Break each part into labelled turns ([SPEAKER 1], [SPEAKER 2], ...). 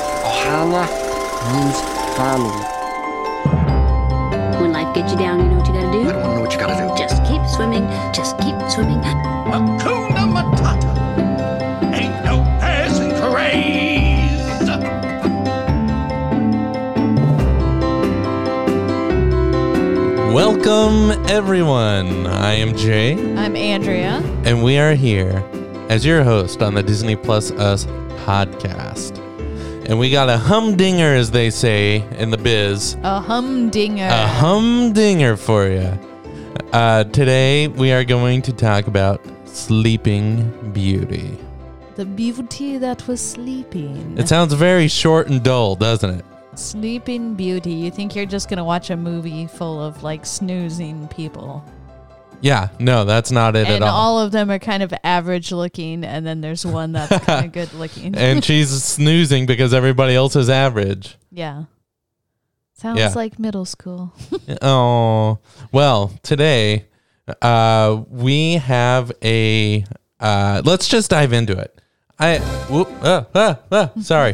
[SPEAKER 1] Anna means family.
[SPEAKER 2] When life gets you down, you know what you gotta
[SPEAKER 1] I
[SPEAKER 2] do?
[SPEAKER 1] don't want to know what you gotta do.
[SPEAKER 2] Just keep swimming, just keep swimming.
[SPEAKER 3] Hakuna Matata. Ain't no passing craze.
[SPEAKER 4] Welcome, everyone. I am Jay,
[SPEAKER 5] I'm Andrea.
[SPEAKER 4] and we are here as your host on the Disney Plus Us podcast. And we got a humdinger, as they say in the biz,
[SPEAKER 5] A humdinger.
[SPEAKER 4] a humdinger for you. Uh, today, we are going to talk about Sleeping Beauty.
[SPEAKER 5] the beauty that was sleeping.
[SPEAKER 4] It sounds very short and dull, doesn't it?
[SPEAKER 5] sleeping beauty. You think you're just going to watch a movie full of like snoozing people.
[SPEAKER 4] Yeah, no, that's not it at
[SPEAKER 5] and
[SPEAKER 4] all.
[SPEAKER 5] all of them are kind of average looking, and then there's one that's kind of good looking.
[SPEAKER 4] and she's snoozing because everybody else is average.
[SPEAKER 5] yeah. Sounds
[SPEAKER 4] Yeah.
[SPEAKER 5] like middle school.
[SPEAKER 4] Oh, well, today uh, we have a. Uh, let's just dive into it. I. Whoop, ah, ah, ah, sorry.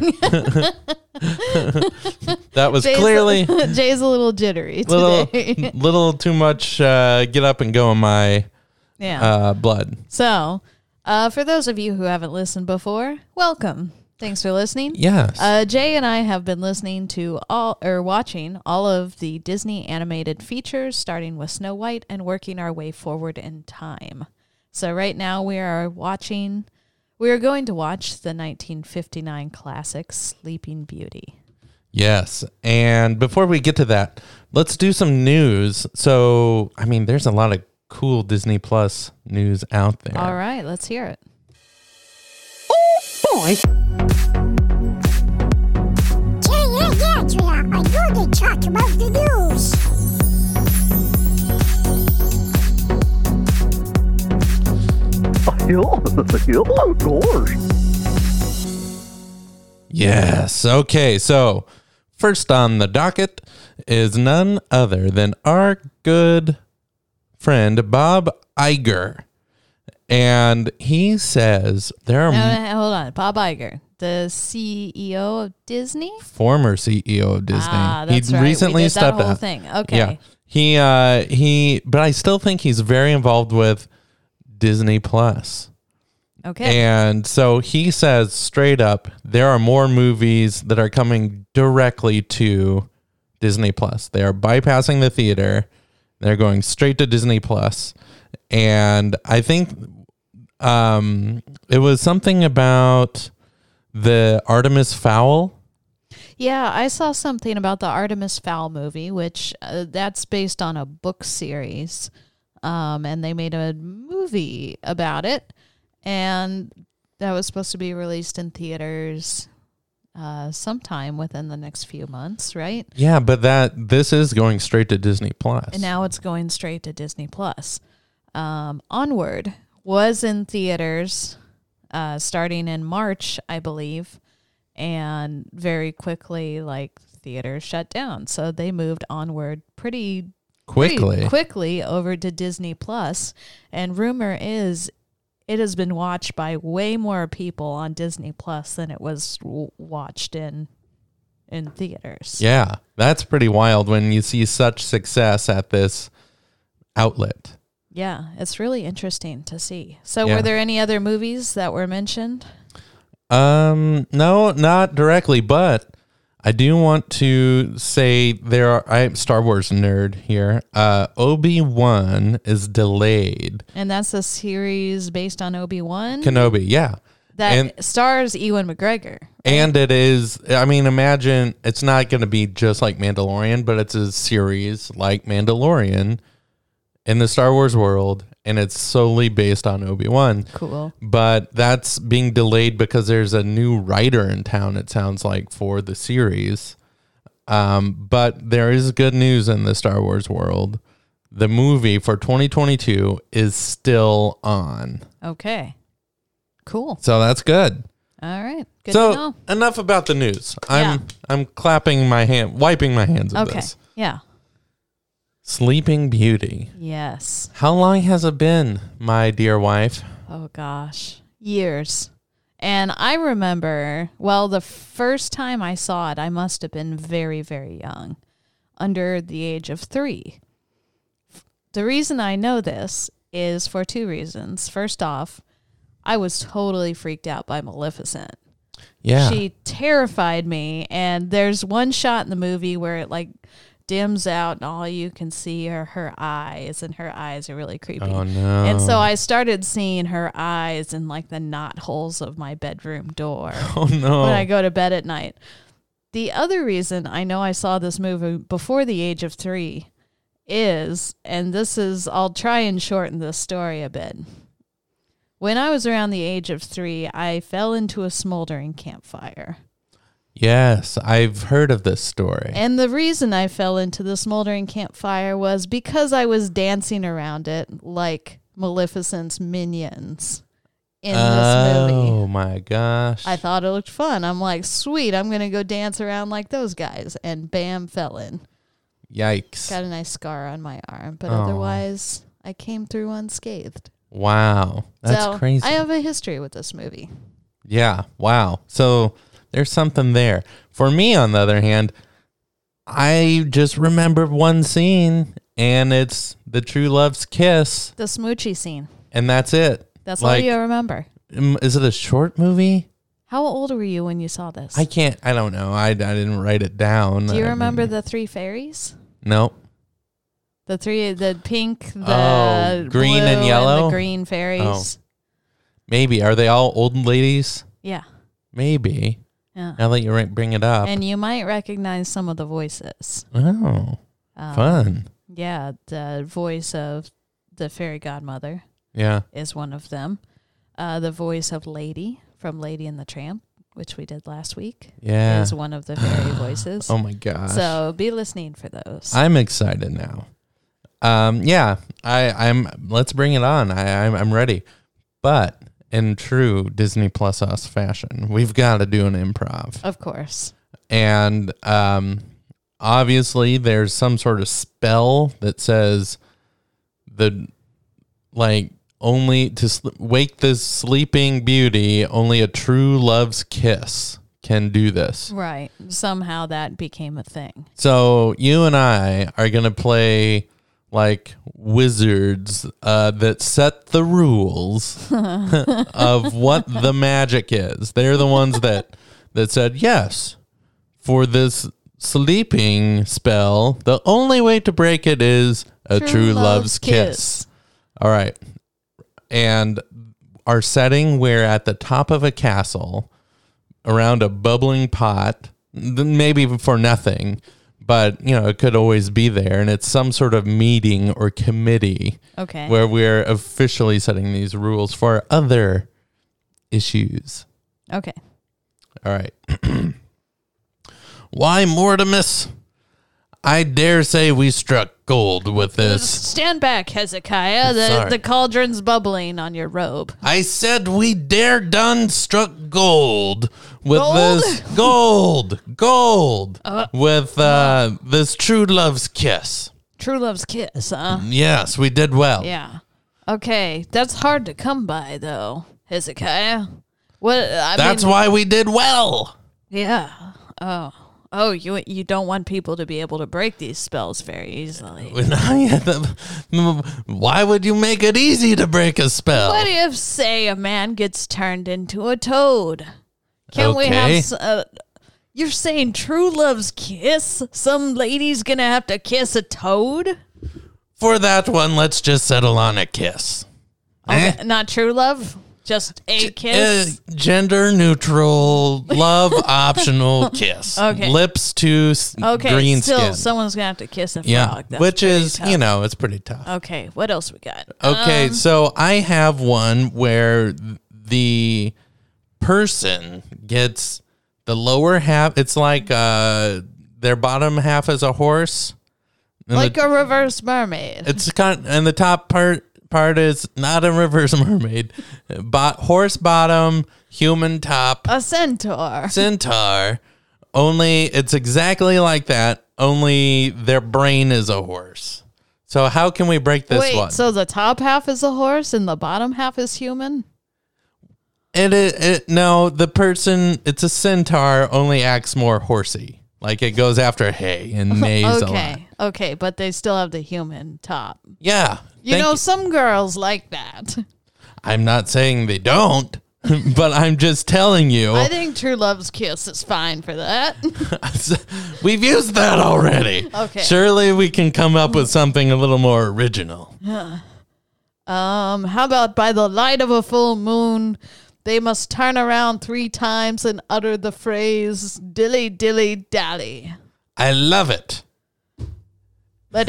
[SPEAKER 4] that was clearly a
[SPEAKER 5] Jay's a little jittery
[SPEAKER 4] little, mm,
[SPEAKER 5] today.
[SPEAKER 4] little too much uh, get up and go in my
[SPEAKER 5] yeah.
[SPEAKER 4] uh, blood.
[SPEAKER 5] so, uh, for those of you who haven't listened before, welcome. Thanks for listening.
[SPEAKER 4] Yes.
[SPEAKER 5] Uh, Jay and I have been listening to all or watching all of the Disney animated features, starting with Snow White and working our way forward in time. So right now we are watching. We are going to watch the 1959 classic Sleeping Beauty.
[SPEAKER 4] Yes. And before we get to that, let's do some news. So, I mean, there's a lot of cool Disney Plus news out there.
[SPEAKER 5] All right, let's hear it.
[SPEAKER 6] boy. Yeah, yeah, yeah, Drea. I know they talk about the news.
[SPEAKER 4] Yes. Okay. So, first on the docket is none other than our good friend, Bob Iger. And he says there are
[SPEAKER 5] No, no, no, Uh, hold on, Bob Iger, the CEO of Disney.
[SPEAKER 4] former CEO of Disney.
[SPEAKER 5] Ah, that's
[SPEAKER 4] he
[SPEAKER 5] right. We
[SPEAKER 4] recently
[SPEAKER 5] did that
[SPEAKER 4] stepped
[SPEAKER 5] whole
[SPEAKER 4] out.
[SPEAKER 5] thing. Okay.
[SPEAKER 4] Yeah. He uh he but I still think he's very involved with Disney Plus.
[SPEAKER 5] Okay.
[SPEAKER 4] And so he says straight up there are more movies that are coming directly to Disney Plus. They are bypassing the theater. They're going straight to Disney Plus. And I think um it was something about the Artemis Fowl
[SPEAKER 5] Yeah, I saw something about the Artemis Fowl movie, which uh, that's based on a book series, um, and they made a movie about it, and that was supposed to be released in theaters uh, sometime within the next few months, right?
[SPEAKER 4] Yeah, but that this is going straight to Disney Plus.
[SPEAKER 5] And now it's going straight to Disney Plus. Um, Onward was in theaters uh, starting in March, I believe, and very quickly, like theaters shut down. So they moved Onward pretty pretty
[SPEAKER 4] quickly.
[SPEAKER 5] quickly over to Disney Plus. And rumor is it has been watched by way more people on Disney Plus than it was w- watched in in theaters.
[SPEAKER 4] Yeah, that's pretty wild when you see such success at this outlet.
[SPEAKER 5] Yeah, it's really interesting to see. So,
[SPEAKER 4] Yeah.
[SPEAKER 5] were there any other movies that were mentioned?
[SPEAKER 4] Um, no, not directly, but I do want to say there are I'm Star Wars nerd here. Uh Obi-Wan is delayed.
[SPEAKER 5] And that's a series based on Obi Wan
[SPEAKER 4] Kenobi, yeah.
[SPEAKER 5] that
[SPEAKER 4] and-
[SPEAKER 5] stars Ewan McGregor.
[SPEAKER 4] And it is, I mean, imagine it's not going to be just like Mandalorian, but it's a series like Mandalorian in the Star Wars world, and it's solely based on Obi Wan.
[SPEAKER 5] Cool.
[SPEAKER 4] But that's being delayed because there's a new writer in town, it sounds like, for the series. Um, but there is good news in the Star Wars world. The movie for 2022 is still on.
[SPEAKER 5] Okay. Cool.
[SPEAKER 4] So that's good
[SPEAKER 5] All right. Good
[SPEAKER 4] so
[SPEAKER 5] to know.
[SPEAKER 4] enough about the news. I'm
[SPEAKER 5] Yeah.
[SPEAKER 4] I'm clapping my hand, wiping my hands of
[SPEAKER 5] Okay.
[SPEAKER 4] this.
[SPEAKER 5] Yeah.
[SPEAKER 4] Sleeping Beauty.
[SPEAKER 5] Yes.
[SPEAKER 4] How long has it been, my dear wife?
[SPEAKER 5] Oh, gosh. Years. And I remember, well, the first time I saw it, I must have been very, very young, under the age of three. The reason I know this is for two reasons. First off, I was totally freaked out by Maleficent.
[SPEAKER 4] Yeah.
[SPEAKER 5] She terrified me. And there's one shot in the movie where it like dims out and all you can see are her eyes, and her eyes are really creepy.
[SPEAKER 4] oh no.
[SPEAKER 5] And so I started seeing her eyes in like the knot holes of my bedroom door
[SPEAKER 4] oh no.
[SPEAKER 5] when I go to bed at night. The other reason I know I saw this movie before the age of three is, and this is, I'll try and shorten this story a bit. When I was around the age of three, I fell into a smoldering campfire.
[SPEAKER 4] yes, I've heard of this story.
[SPEAKER 5] And the reason I fell into the smoldering campfire was because I was dancing around it like Maleficent's minions in this movie.
[SPEAKER 4] Oh my gosh.
[SPEAKER 5] I thought it looked fun. I'm like, sweet, I'm going to go dance around like those guys. And bam, fell in.
[SPEAKER 4] Yikes.
[SPEAKER 5] Got a nice scar on my arm. But otherwise, I came through unscathed.
[SPEAKER 4] Wow. That's
[SPEAKER 5] so
[SPEAKER 4] crazy.
[SPEAKER 5] I have a history with this movie.
[SPEAKER 4] Yeah. Wow. So there's something there. For me, on the other hand, I just remember one scene and it's the true love's kiss,
[SPEAKER 5] The smoochie scene.
[SPEAKER 4] and that's it.
[SPEAKER 5] That's
[SPEAKER 4] like,
[SPEAKER 5] all you remember.
[SPEAKER 4] mm, Is it a short movie?
[SPEAKER 5] How old were you when you saw this?
[SPEAKER 4] I can't, I don't know. I, I didn't write it down.
[SPEAKER 5] Do you
[SPEAKER 4] I
[SPEAKER 5] remember
[SPEAKER 4] mean,
[SPEAKER 5] the three fairies?
[SPEAKER 4] No.
[SPEAKER 5] The three, the pink, the
[SPEAKER 4] Oh, green and
[SPEAKER 5] blue,
[SPEAKER 4] yellow?
[SPEAKER 5] the green fairies.
[SPEAKER 4] Oh. Maybe. Are they all old ladies?
[SPEAKER 5] Yeah,
[SPEAKER 4] Maybe.
[SPEAKER 5] yeah.
[SPEAKER 4] Now that you ri- bring it up.
[SPEAKER 5] And you might recognize some of the voices.
[SPEAKER 4] oh,
[SPEAKER 5] Um,
[SPEAKER 4] fun.
[SPEAKER 5] Yeah, the voice of the fairy godmother
[SPEAKER 4] Yeah.
[SPEAKER 5] is one of them. Uh, the voice of Lady from Lady and the Tramp, which we did last week,
[SPEAKER 4] Yeah.
[SPEAKER 5] is one of the fairy voices.
[SPEAKER 4] Oh my gosh.
[SPEAKER 5] so be listening for those.
[SPEAKER 4] I'm excited now. Um, yeah, I, I'm. Let's bring it on. I, I'm, I'm ready. But in true Disney Plus Us fashion, we've got to do an improv,
[SPEAKER 5] of course.
[SPEAKER 4] and um, obviously there's some sort of spell that says the like only to sl- wake the sleeping beauty. Only a true love's kiss can do this.
[SPEAKER 5] Right. Somehow that became a thing.
[SPEAKER 4] So you and I are gonna play like wizards uh, that set the rules of what the magic is. They're the ones that that said yes for this sleeping spell. The only way to break it is a true, love's kiss. All right. And our setting, we're at the top of a castle around a bubbling pot, th- maybe for nothing, but you know, it could always be there. And it's some sort of meeting or committee
[SPEAKER 5] Okay.
[SPEAKER 4] where we're officially setting these rules for other issues.
[SPEAKER 5] okay.
[SPEAKER 4] All right. Why, Mortimus? I dare say we struck gold with this.
[SPEAKER 5] Stand back, Hezekiah. The,
[SPEAKER 4] Sorry.
[SPEAKER 5] the cauldron's bubbling on your robe.
[SPEAKER 4] I said we dare done struck gold with
[SPEAKER 5] Gold?
[SPEAKER 4] this gold, gold with uh, this true love's kiss.
[SPEAKER 5] True love's kiss,
[SPEAKER 4] Mm-hmm.
[SPEAKER 5] huh?
[SPEAKER 4] Yes, we did well.
[SPEAKER 5] Yeah. Okay, that's hard to come by, though, Hezekiah. What? I
[SPEAKER 4] That's
[SPEAKER 5] mean,
[SPEAKER 4] why we did well.
[SPEAKER 5] Yeah. Oh. Oh, you you don't want people to be able to break these spells very easily.
[SPEAKER 4] When I had the- why would you make it easy to break a spell?
[SPEAKER 5] What if, say, a man gets turned into a toad? Can we have?
[SPEAKER 4] Okay.
[SPEAKER 5] s- Uh, you're saying true love's kiss? Some lady's gonna have to kiss a toad?
[SPEAKER 4] For that one, let's just settle on a kiss. Eh?
[SPEAKER 5] Okay, Not true love, just a kiss.
[SPEAKER 4] Uh, gender neutral, love optional kiss.
[SPEAKER 5] Okay.
[SPEAKER 4] Lips to s-
[SPEAKER 5] okay,
[SPEAKER 4] green
[SPEAKER 5] still,
[SPEAKER 4] skin.
[SPEAKER 5] someone's gonna have to kiss a
[SPEAKER 4] yeah,
[SPEAKER 5] frog. That's
[SPEAKER 4] which
[SPEAKER 5] pretty
[SPEAKER 4] is
[SPEAKER 5] tough. Um,
[SPEAKER 4] you know Oh, it's pretty tough.
[SPEAKER 5] Okay, what else we got?
[SPEAKER 4] Okay, so I have one where the person gets the lower half. It's like uh, their bottom half is a horse. And
[SPEAKER 5] Like
[SPEAKER 4] the,
[SPEAKER 5] a reverse mermaid.
[SPEAKER 4] it's kind and the top part part is not a reverse mermaid. Bot horse bottom, human top,
[SPEAKER 5] A centaur.
[SPEAKER 4] centaur. Only it's exactly like that. Only their brain is a horse. So how can we break this
[SPEAKER 5] Wait,
[SPEAKER 4] one?
[SPEAKER 5] so the top half is a horse and the bottom half is human?
[SPEAKER 4] it, it, it no the person it's a centaur only acts more horsey like it goes after hay and neighs a lot
[SPEAKER 5] Okay. Okay, but they still have the human top.
[SPEAKER 4] yeah
[SPEAKER 5] You
[SPEAKER 4] thank
[SPEAKER 5] know, some girls like that.
[SPEAKER 4] i'm not saying they don't but i'm just telling you
[SPEAKER 5] I think True Love's Kiss is fine for that.
[SPEAKER 4] we've used that already
[SPEAKER 5] Okay.
[SPEAKER 4] surely we can come up with something a little more original
[SPEAKER 5] Um, how about by the light of a full moon, they must turn around three times and utter the phrase dilly dilly dally.
[SPEAKER 4] i love it
[SPEAKER 5] Let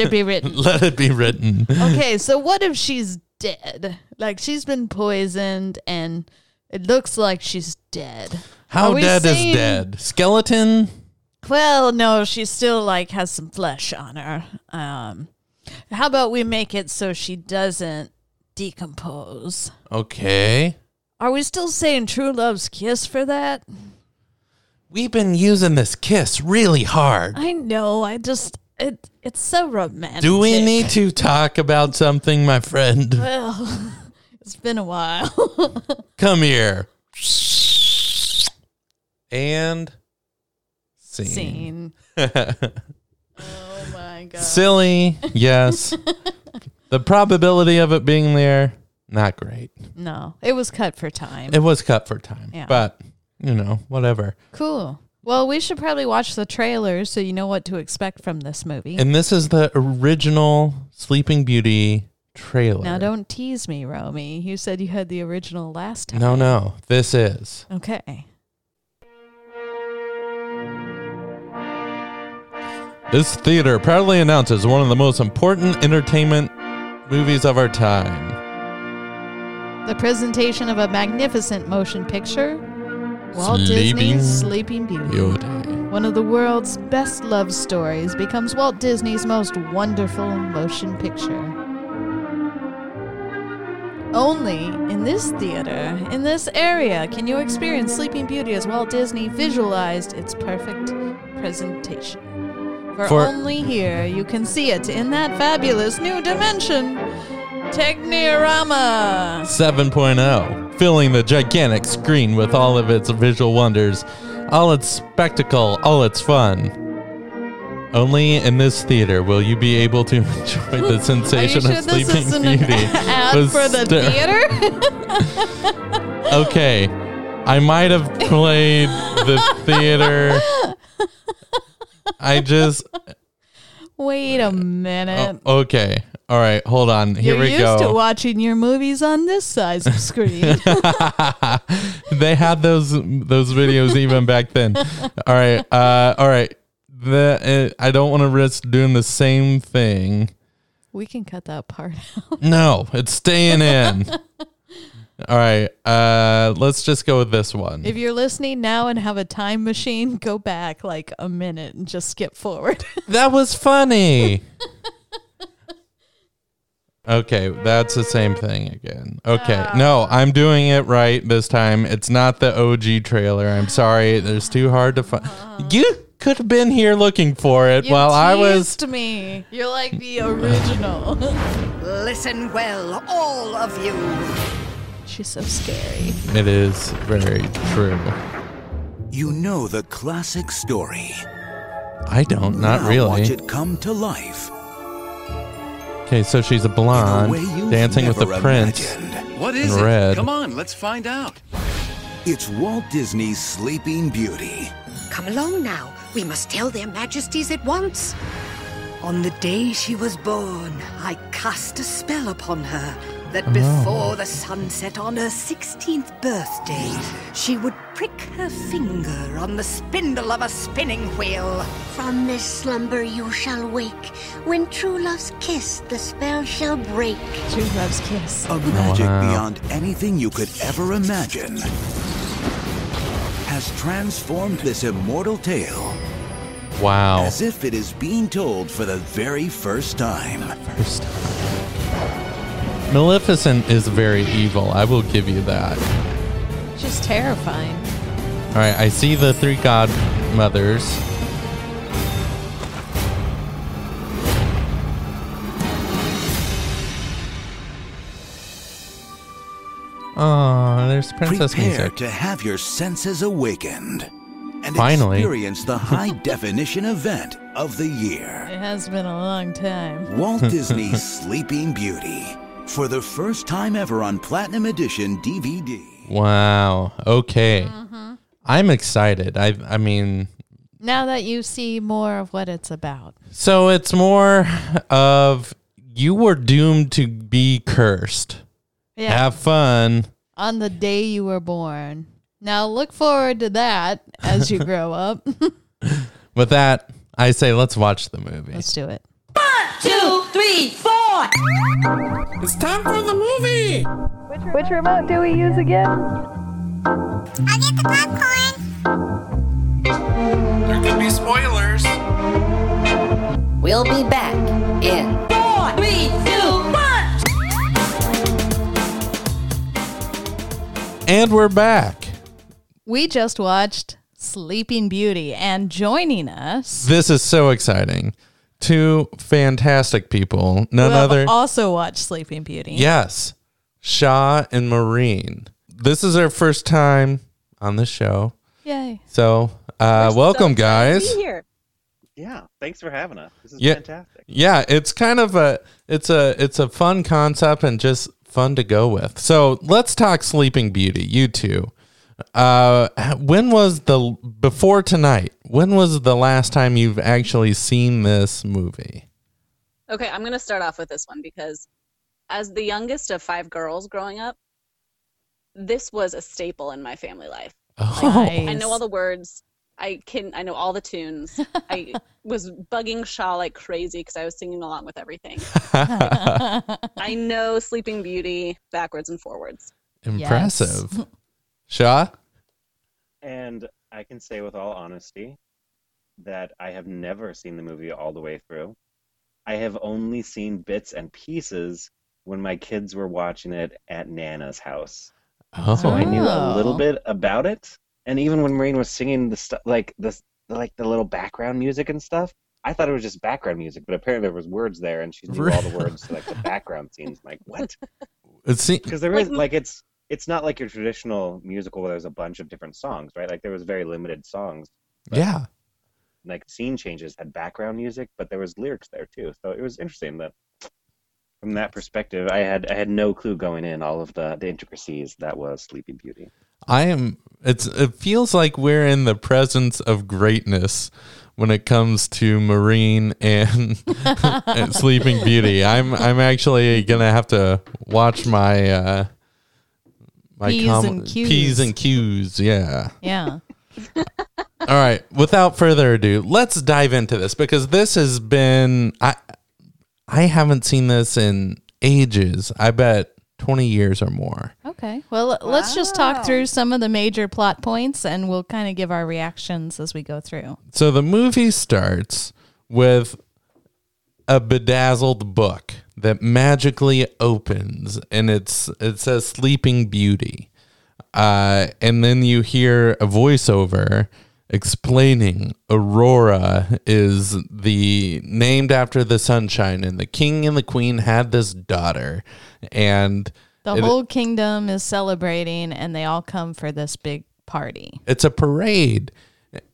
[SPEAKER 5] it be written.
[SPEAKER 4] let it be written
[SPEAKER 5] Okay, so what if she's dead? Like she's been poisoned and it looks like she's dead.
[SPEAKER 4] how
[SPEAKER 5] Are we
[SPEAKER 4] dead
[SPEAKER 5] saying-
[SPEAKER 4] is dead skeleton
[SPEAKER 5] Well, no, she still like has some flesh on her. Um, how about we make it so she doesn't decompose?
[SPEAKER 4] okay
[SPEAKER 5] Are we still saying true love's kiss for that?
[SPEAKER 4] we've been using this kiss really hard
[SPEAKER 5] I know. I just it it's so romantic.
[SPEAKER 4] Do we need to talk about something, my friend?
[SPEAKER 5] Well, it's been a while.
[SPEAKER 4] Come here. And scene.
[SPEAKER 5] Scene. oh my god.
[SPEAKER 4] Silly, yes. the probability of it being there, not great.
[SPEAKER 5] No, it was cut for time.
[SPEAKER 4] It was cut for time,
[SPEAKER 5] Yeah.
[SPEAKER 4] but you know, whatever.
[SPEAKER 5] cool. Well, we should probably watch the trailer so you know what to expect from this movie.
[SPEAKER 4] And this is the original Sleeping Beauty trailer.
[SPEAKER 5] now, don't tease me, Romy. You said you had the original last time.
[SPEAKER 4] No, no. This is.
[SPEAKER 5] Okay.
[SPEAKER 4] This theater proudly announces one of the most important entertainment movies of our time.
[SPEAKER 5] The presentation of a magnificent motion picture Walt Disney's Sleeping Beauty.
[SPEAKER 4] Beauty.
[SPEAKER 5] One of the world's best love stories becomes Walt Disney's most wonderful motion picture. Only in this theater, in this area, can you experience Sleeping Beauty as Walt Disney visualized its perfect presentation. For,
[SPEAKER 4] For-
[SPEAKER 5] only here you can see it in that fabulous new dimension, Technirama.
[SPEAKER 4] 7.0, oh, filling the gigantic screen with all of its visual wonders, all its spectacle, all its fun. Only in this theater will you be able to enjoy the
[SPEAKER 5] Are you
[SPEAKER 4] sensation
[SPEAKER 5] sure
[SPEAKER 4] of
[SPEAKER 5] this
[SPEAKER 4] Sleeping
[SPEAKER 5] isn't an
[SPEAKER 4] Beauty.
[SPEAKER 5] ad
[SPEAKER 4] with
[SPEAKER 5] for the
[SPEAKER 4] stir-
[SPEAKER 5] theater?
[SPEAKER 4] Okay, I might have played the theater. I just
[SPEAKER 5] Wait a minute.
[SPEAKER 4] o- okay. All right, hold on. Oh, Here
[SPEAKER 5] You're
[SPEAKER 4] we
[SPEAKER 5] used
[SPEAKER 4] go.
[SPEAKER 5] to watching your movies on this size of screen.
[SPEAKER 4] they had those those videos even back then. All right, uh, all right. The uh, I don't want to risk doing the same thing.
[SPEAKER 5] we can cut that part out.
[SPEAKER 4] No, it's staying in. all right, uh, let's just go with this one.
[SPEAKER 5] If you're listening now and have a time machine, go back like a minute and just skip forward.
[SPEAKER 4] that was funny. okay, that's the same thing again. Okay, no, I'm doing it right this time. It's not the OG trailer. I'm sorry, it's too hard to find. You could have been here looking for it
[SPEAKER 5] Uh-huh. You
[SPEAKER 4] while I was.
[SPEAKER 5] teased me. You're like the original.
[SPEAKER 7] Listen well, all of you.
[SPEAKER 5] She's so scary.
[SPEAKER 4] It is very true.
[SPEAKER 8] You know the classic story.
[SPEAKER 4] I don't, not
[SPEAKER 8] Now Watch
[SPEAKER 4] really.
[SPEAKER 8] it come to life.
[SPEAKER 4] Okay, so she's a
[SPEAKER 8] in a
[SPEAKER 4] blonde
[SPEAKER 8] way you've
[SPEAKER 4] dancing with the
[SPEAKER 8] never
[SPEAKER 4] prince.
[SPEAKER 8] imagined.
[SPEAKER 9] What is
[SPEAKER 4] And
[SPEAKER 9] it?
[SPEAKER 4] red.
[SPEAKER 9] Come on, let's find out.
[SPEAKER 8] It's Walt Disney's Sleeping Beauty.
[SPEAKER 7] Come along now. We must tell their majesties at once. On the day she was born, I cast a spell upon her that before the sun set on her 16th birthday, she would prick her finger on the spindle of a spinning wheel.
[SPEAKER 6] From this slumber you shall wake. When true love's kiss, the spell shall break.
[SPEAKER 5] True loves kiss.
[SPEAKER 8] A magic
[SPEAKER 4] wow.
[SPEAKER 8] beyond anything you could ever imagine has transformed this immortal tale
[SPEAKER 4] Wow.
[SPEAKER 8] as if it is being told for the very first time.
[SPEAKER 4] First time. Maleficent is very evil. I will give you that.
[SPEAKER 5] She's terrifying.
[SPEAKER 4] All right, I see the three godmothers. Aw, Oh, there's princess
[SPEAKER 8] Prepare
[SPEAKER 4] music.
[SPEAKER 8] to have your senses awakened and
[SPEAKER 4] Finally.
[SPEAKER 8] experience the high definition event of the year
[SPEAKER 5] It has been a long time.
[SPEAKER 8] Walt Disney's Sleeping Beauty for the first time ever on Platinum Edition DVD.
[SPEAKER 4] Wow. Okay.
[SPEAKER 5] Mm-hmm.
[SPEAKER 4] I'm excited. I I mean,
[SPEAKER 5] Now that you see more of what it's about.
[SPEAKER 4] so it's more of you were doomed to be cursed.
[SPEAKER 5] Yeah.
[SPEAKER 4] Have fun.
[SPEAKER 5] on the day you were born. Now look forward to that as you grow up.
[SPEAKER 4] With that, I say let's watch the movie.
[SPEAKER 5] Let's do it.
[SPEAKER 9] two, three, four.
[SPEAKER 6] I'll get the popcorn.
[SPEAKER 9] We'll be back in four, three, two, one.
[SPEAKER 4] And we're back.
[SPEAKER 5] We just watched Sleeping Beauty and joining us
[SPEAKER 4] This is so exciting. Two fantastic people. None
[SPEAKER 5] who have
[SPEAKER 4] other.
[SPEAKER 5] also watched Sleeping Beauty.
[SPEAKER 4] Yes. Shaw and Marine. This is our first time on the show.
[SPEAKER 5] Yay.
[SPEAKER 4] So, uh, welcome, guys.
[SPEAKER 10] Yeah, thanks for having us. This is
[SPEAKER 4] Yeah.
[SPEAKER 10] fantastic.
[SPEAKER 4] Yeah, it's kind of a it's a it's a fun concept and just fun to go with. So let's talk Sleeping Beauty, you two. Uh, when was the before tonight? When was the last time you've actually seen this movie?
[SPEAKER 11] Okay, I'm going to start off with this one because as the youngest of five girls growing up, this was a staple in my family life.
[SPEAKER 4] Oh,
[SPEAKER 11] I know all the words. I can I know all the tunes. I was bugging Shaw like crazy cuz I was singing along with everything. I know Sleeping Beauty backwards and forwards.
[SPEAKER 4] impressive! Shaw,
[SPEAKER 10] And I can say with all honesty that I have never seen the movie all the way through. I have only seen bits and pieces when my kids were watching it at Nana's house.
[SPEAKER 4] oh,
[SPEAKER 10] So I knew a little
[SPEAKER 5] Oh.
[SPEAKER 10] bit about it. And even when Marine was singing the stuff like the like the little background music and stuff, I thought it was just background music, but apparently there was words there and she knew all the words to like the background scenes. I'm like, what?
[SPEAKER 4] it se-
[SPEAKER 10] because there
[SPEAKER 11] Like
[SPEAKER 10] is
[SPEAKER 11] m-
[SPEAKER 10] like it's it's not like your traditional musical where there's a bunch of different songs right like there was very limited songs
[SPEAKER 4] yeah.
[SPEAKER 10] like scene changes had background music but there was lyrics there too so it was interesting that from that perspective i had i had no clue going in all of the the intricacies that was sleeping beauty
[SPEAKER 4] I am. It's. It feels like we're in the presence of greatness when it comes to Marine and, and Sleeping Beauty. I'm. I'm actually gonna have to watch my. Uh, my
[SPEAKER 5] P's
[SPEAKER 4] com-
[SPEAKER 5] and Q's.
[SPEAKER 4] P's and Q's. Yeah.
[SPEAKER 5] Yeah.
[SPEAKER 4] All right. Without further ado, let's dive into this because this has been I I haven't seen this in ages. I bet twenty years or more.
[SPEAKER 5] Okay. Well, l- let's just talk through some of the major plot points and we'll kind of give our reactions as we go through.
[SPEAKER 4] So the movie starts with a bedazzled book that magically opens, and it's it says "Sleeping Beauty," uh, and then you hear a voiceover explaining Aurora is the named after the sunshine, and the king and the queen had this daughter, and
[SPEAKER 5] The
[SPEAKER 4] it-
[SPEAKER 5] whole kingdom is celebrating and they all come for this big party.
[SPEAKER 4] it's a parade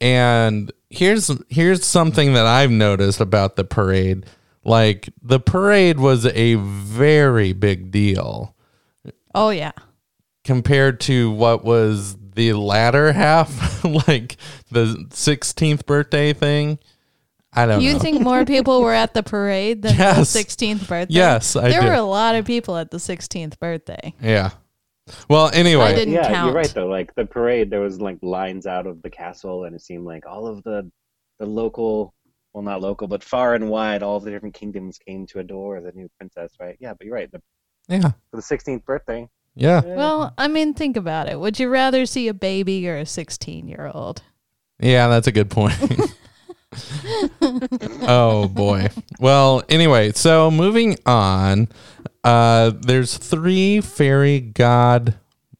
[SPEAKER 4] and here's here's something that i've noticed about the parade like the parade was a very big deal
[SPEAKER 5] Oh, yeah.
[SPEAKER 4] compared to what was the latter half like the 16th birthday thing i don't
[SPEAKER 5] You
[SPEAKER 4] know
[SPEAKER 5] think more people were at the parade than
[SPEAKER 4] Yes.
[SPEAKER 5] the 16th birthday?
[SPEAKER 4] Yes, I
[SPEAKER 5] there
[SPEAKER 4] do.
[SPEAKER 5] were a lot of people at the 16th birthday.
[SPEAKER 4] yeah well anyway
[SPEAKER 5] I didn't
[SPEAKER 10] yeah
[SPEAKER 5] count.
[SPEAKER 10] you're right though like the parade there was like lines out of the castle and it seemed like all of the the local well not local but far and wide all the different kingdoms came to adore the new princess right yeah but you're right the,
[SPEAKER 4] yeah
[SPEAKER 10] for the 16th birthday
[SPEAKER 4] yeah
[SPEAKER 5] Well, I mean, think about it. Would you rather see a baby or a 16 year old?
[SPEAKER 4] Yeah, that's a good point. oh boy. Well, anyway, so moving on, uh there's three fairy god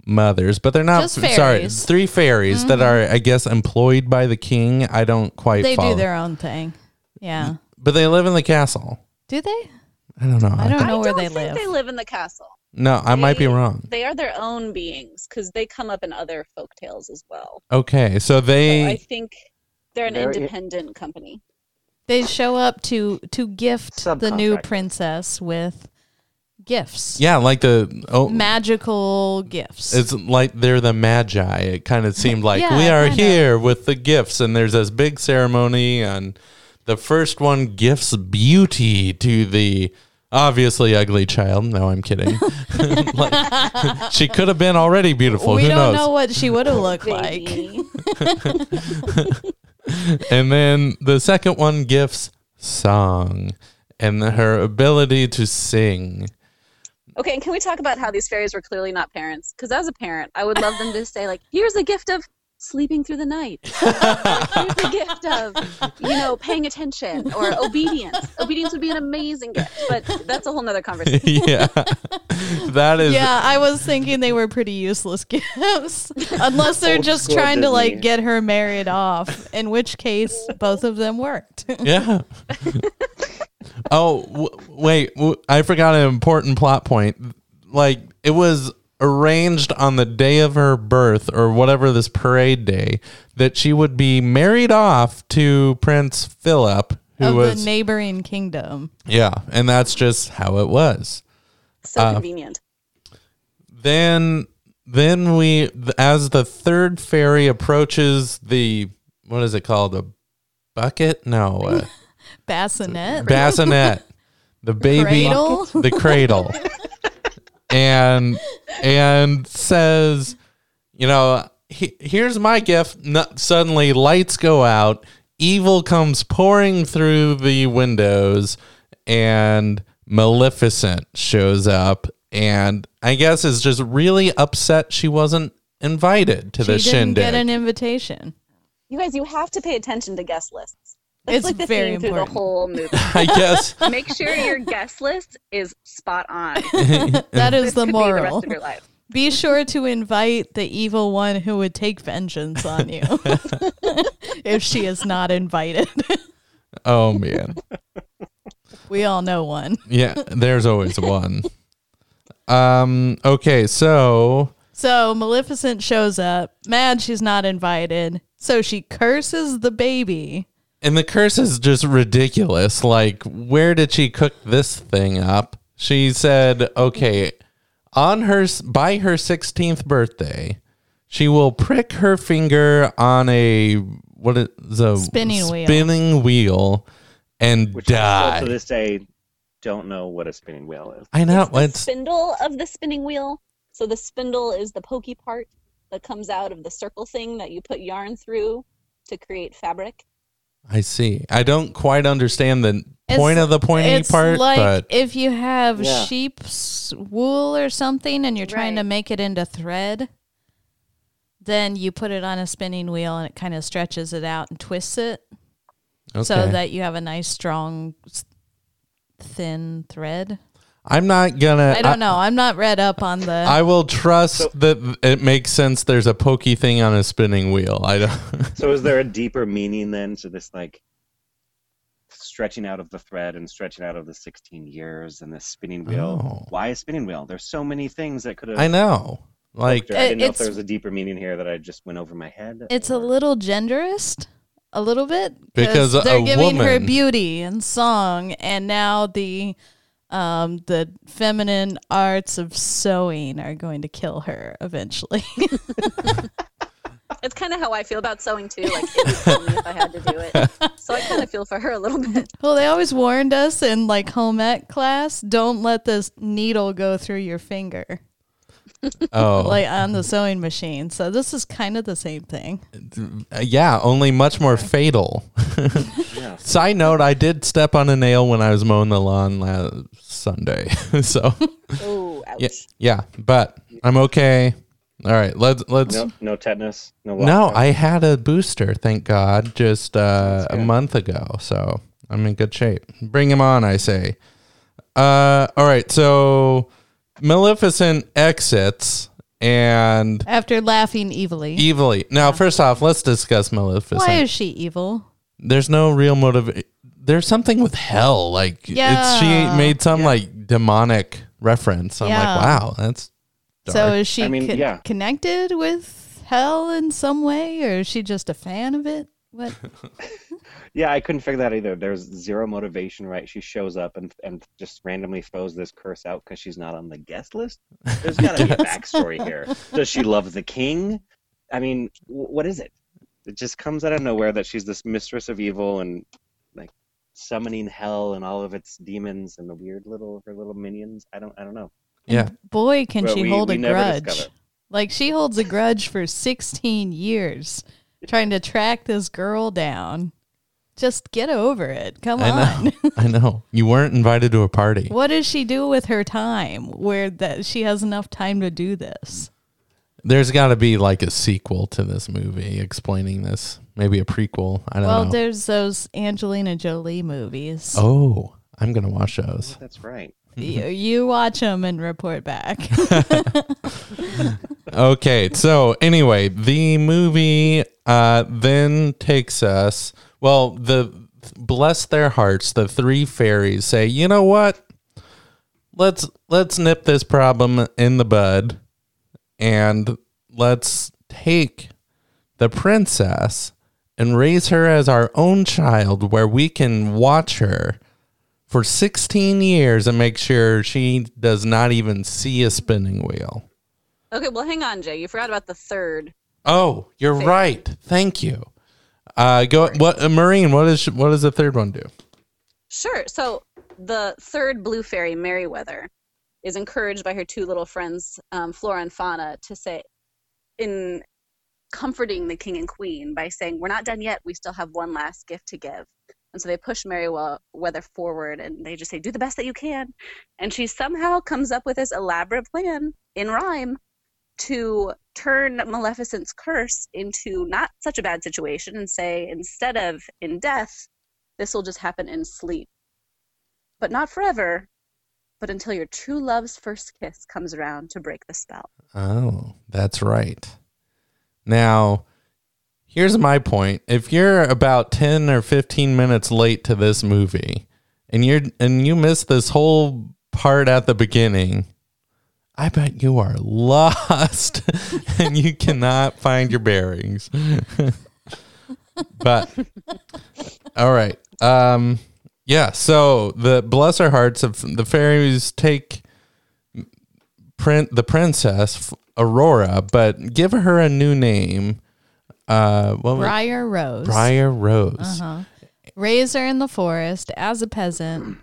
[SPEAKER 4] mothers, but they're not
[SPEAKER 5] Just
[SPEAKER 4] sorry,
[SPEAKER 5] fairies.
[SPEAKER 4] three fairies that are
[SPEAKER 11] Mm-hmm.
[SPEAKER 4] I guess employed by the king. I don't quite
[SPEAKER 5] They
[SPEAKER 4] follow. Mm.
[SPEAKER 5] do their own thing. Yeah.
[SPEAKER 4] but they live in the castle.
[SPEAKER 5] Do they?
[SPEAKER 4] I don't know.
[SPEAKER 5] I don't
[SPEAKER 11] I
[SPEAKER 5] know where
[SPEAKER 11] don't
[SPEAKER 5] they
[SPEAKER 11] think
[SPEAKER 5] live.
[SPEAKER 11] They live in the castle.
[SPEAKER 4] No, I might be wrong.
[SPEAKER 11] They are their own beings because they come up in other folk tales as well.
[SPEAKER 4] Okay, so
[SPEAKER 11] So I
[SPEAKER 4] they
[SPEAKER 11] think they're an
[SPEAKER 4] They're-
[SPEAKER 11] independent company.
[SPEAKER 5] They show up to to gift the new
[SPEAKER 11] Subcontractor.
[SPEAKER 5] princess with gifts.
[SPEAKER 4] yeah, like the oh,
[SPEAKER 5] Magical gifts.
[SPEAKER 4] it's like they're the magi. It kind of seemed like
[SPEAKER 5] Yeah,
[SPEAKER 4] we are
[SPEAKER 5] kinda.
[SPEAKER 4] here with the gifts, and there's this big ceremony, and the first one gifts beauty to the obviously ugly child. No, I'm kidding. Like, she could have been already beautiful.
[SPEAKER 5] we
[SPEAKER 4] Who
[SPEAKER 5] don't
[SPEAKER 4] knows?
[SPEAKER 5] know what she would have looked like.
[SPEAKER 4] and then the second one gifts song and the- her ability to sing.
[SPEAKER 11] Okay, and can we talk about how these fairies were clearly not parents? Because as a parent, I would love them to say like, "Here's the gift of sleeping through the night." Here's the gift of you know paying attention or obedience. Obedience would be an amazing gift, but that's a whole nother conversation.
[SPEAKER 4] yeah. That is
[SPEAKER 5] Yeah, I was thinking they were pretty useless gifts, unless they're
[SPEAKER 4] Old
[SPEAKER 5] just
[SPEAKER 4] school
[SPEAKER 5] trying to like
[SPEAKER 4] Disney.
[SPEAKER 5] get her married off. In which case, both of them worked.
[SPEAKER 4] Yeah. oh, w- wait. W- I forgot an important plot point. Like, it was arranged on the day of her birth or whatever this parade day that she would be married off to Prince Philip, who
[SPEAKER 5] of
[SPEAKER 4] was.
[SPEAKER 5] the neighboring kingdom.
[SPEAKER 4] yeah. And that's just how it was.
[SPEAKER 11] So
[SPEAKER 9] Um,
[SPEAKER 4] Uh,
[SPEAKER 11] convenient.
[SPEAKER 4] then then we th- as the third fairy approaches the what is it called a bucket no uh,
[SPEAKER 5] Bassinet.
[SPEAKER 4] bassinet the baby
[SPEAKER 5] Cradle?
[SPEAKER 4] the cradle and and says you know he, here's my gift no, suddenly lights go out evil comes pouring through the windows and maleficent shows up and i guess is just really upset she wasn't invited to
[SPEAKER 5] she
[SPEAKER 4] the
[SPEAKER 5] didn't
[SPEAKER 4] shindig
[SPEAKER 5] get an invitation.
[SPEAKER 11] You guys, you have to pay attention to guest lists. That's
[SPEAKER 5] It's
[SPEAKER 11] like the
[SPEAKER 5] very
[SPEAKER 11] theme through the
[SPEAKER 5] important.
[SPEAKER 11] whole movie.
[SPEAKER 4] I guess.
[SPEAKER 11] Make sure your guest list is spot on.
[SPEAKER 5] That is
[SPEAKER 11] This
[SPEAKER 5] the
[SPEAKER 11] could Be, the
[SPEAKER 5] moral.
[SPEAKER 11] rest of your life.
[SPEAKER 5] Be sure to invite the evil one who would take vengeance on you if she is not invited.
[SPEAKER 4] oh man
[SPEAKER 5] We all know one.
[SPEAKER 4] yeah there's always one um okay so
[SPEAKER 5] So Maleficent shows up, mad she's not invited. So she curses the baby.
[SPEAKER 4] And the curse is just ridiculous. Like, where did she cook this thing up? She said, "Okay, on her by her 16th birthday, she will prick her finger on a what is a
[SPEAKER 5] Spinning wheel.
[SPEAKER 4] spinning wheel and
[SPEAKER 10] Still to
[SPEAKER 4] die."
[SPEAKER 10] this day, don't know what a spinning wheel is.
[SPEAKER 4] I know
[SPEAKER 11] the
[SPEAKER 4] it's
[SPEAKER 11] spindle of the spinning wheel. So the spindle is the pokey part that comes out of the circle thing that you put yarn through to create fabric.
[SPEAKER 4] I see. I don't quite understand the
[SPEAKER 5] It's-
[SPEAKER 4] point of the pointy
[SPEAKER 5] it's
[SPEAKER 4] part,
[SPEAKER 5] like
[SPEAKER 4] but
[SPEAKER 5] if you have
[SPEAKER 4] Yeah.
[SPEAKER 5] sheep's wool or something and you're trying to make it into thread, then you put it on a spinning wheel and it kind of stretches it out and twists it so
[SPEAKER 4] Okay.
[SPEAKER 5] that you have a nice strong s- thin thread.
[SPEAKER 4] I'm not gonna
[SPEAKER 5] I don't know. I'm not read up on the
[SPEAKER 4] Uh, I will trust that it makes sense. There's a pokey thing on a spinning wheel. I don't.
[SPEAKER 10] So is there a deeper meaning then to this like stretching out of the thread and stretching out of the 16 years and this spinning wheel? Why a spinning wheel? There's so many things that could have.
[SPEAKER 4] Oh. I know. Like,
[SPEAKER 10] I didn't know if
[SPEAKER 5] It's-
[SPEAKER 10] there was a deeper meaning here that I just went over my head.
[SPEAKER 5] It's a little genderist, a little bit,
[SPEAKER 4] Because
[SPEAKER 5] they're
[SPEAKER 4] a
[SPEAKER 5] giving her
[SPEAKER 4] woman-
[SPEAKER 5] beauty and song, and now the um the feminine arts of sewing are going to kill her eventually.
[SPEAKER 11] It's kind of how I feel about sewing too. Like it would kill me if I had to do it. So I kind of feel for her a little bit.
[SPEAKER 5] well, they always warned us in like home ec class, don't let this needle go through your finger.
[SPEAKER 4] Oh.
[SPEAKER 5] like on the sewing machine. So this is kind of the same thing.
[SPEAKER 4] uh, yeah, only much more fatal. Side note: I did step on a nail when I was mowing the lawn last Sunday. so,
[SPEAKER 11] Ooh,
[SPEAKER 4] yeah, yeah, but I'm okay. All right, let's let's.
[SPEAKER 10] No, no tetanus. No.
[SPEAKER 4] No,
[SPEAKER 10] lockdown.
[SPEAKER 4] I had a booster, thank God, just uh, a month ago. So I'm in good shape. Bring him on, I say. Uh, all right. So Maleficent exits and
[SPEAKER 5] After laughing evilly.
[SPEAKER 4] evilly. Now, first off, let's discuss Maleficent.
[SPEAKER 5] Why is she evil?
[SPEAKER 4] There's no real motive. There's something with hell. Like, it's, she
[SPEAKER 5] Yeah.
[SPEAKER 4] made some like demonic reference. I'm
[SPEAKER 5] Yeah.
[SPEAKER 4] like, wow, that's
[SPEAKER 5] So
[SPEAKER 4] dark.
[SPEAKER 5] is she
[SPEAKER 4] I mean,
[SPEAKER 5] con-
[SPEAKER 4] yeah.
[SPEAKER 5] connected with hell in some way, or is she just a fan of it? What?
[SPEAKER 10] Yeah, I couldn't figure that either. There's zero motivation, right? She shows up and and just randomly throws this curse out because she's not on the guest list. There's got to be a backstory here. Does she love the king? I mean, wh- what is it? It just comes out of nowhere that she's this mistress of evil and like summoning hell and all of its demons and the weird little her little minions. I don't I don't know.
[SPEAKER 4] yeah.
[SPEAKER 5] Boy, can
[SPEAKER 10] Well,
[SPEAKER 5] she
[SPEAKER 10] we-
[SPEAKER 5] hold
[SPEAKER 10] we
[SPEAKER 5] a
[SPEAKER 10] never
[SPEAKER 5] grudge.
[SPEAKER 10] discover.
[SPEAKER 5] Like she holds a grudge for 16 years trying to track this girl down. Just get over it. Come
[SPEAKER 4] I
[SPEAKER 5] on.
[SPEAKER 4] know. I know. You weren't invited to a party.
[SPEAKER 5] What does she do with her time where that she has enough time to do this?
[SPEAKER 4] There's got to be like a sequel to this movie explaining this. Maybe a prequel. I don't
[SPEAKER 5] Well,
[SPEAKER 4] know.
[SPEAKER 5] there's those Angelina Jolie movies.
[SPEAKER 4] Oh, I'm gonna watch those.
[SPEAKER 10] That's right.
[SPEAKER 5] You, you watch them and report back.
[SPEAKER 4] okay, so anyway, the movie uh, then takes us. Well, the bless their hearts, the three fairies say, you know what? Let's let's nip this problem in the bud, and let's take the princess and raise her as our own child, where we can watch her for 16 years and make sure she does not even see a spinning wheel.
[SPEAKER 11] Okay, well, hang on, Jay. You forgot about the third.
[SPEAKER 4] Oh, you're
[SPEAKER 11] Fair.
[SPEAKER 4] right. Thank you. Uh, go. What, uh, Marine? What is what does the third one do?
[SPEAKER 11] Sure. So the third blue fairy, Merriweather, is encouraged by her two little friends, um, Flora and Fauna, to say, in comforting the king and queen by saying, "We're not done yet. We still have one last gift to give." And so they push Merriweather forward, and they just say, "Do the best that you can." And she somehow comes up with this elaborate plan in rhyme to turn Maleficent's curse into not such a bad situation, and say instead of in death, this will just happen in sleep. But not forever, but until your true love's first kiss comes around to break the spell.
[SPEAKER 4] Oh, that's right. Now, here's my point. If you're about 10 or 15 minutes late to this movie and you're and you miss this whole part at the beginning, I bet you are lost and you cannot find your bearings. but all right. Um yeah, so the bless our hearts of the fairies take print the princess F- Aurora, but give her a new name. Uh, what was-
[SPEAKER 5] Briar Rose.
[SPEAKER 4] Briar Rose.
[SPEAKER 5] Uh-huh. Raise her in the forest as a peasant.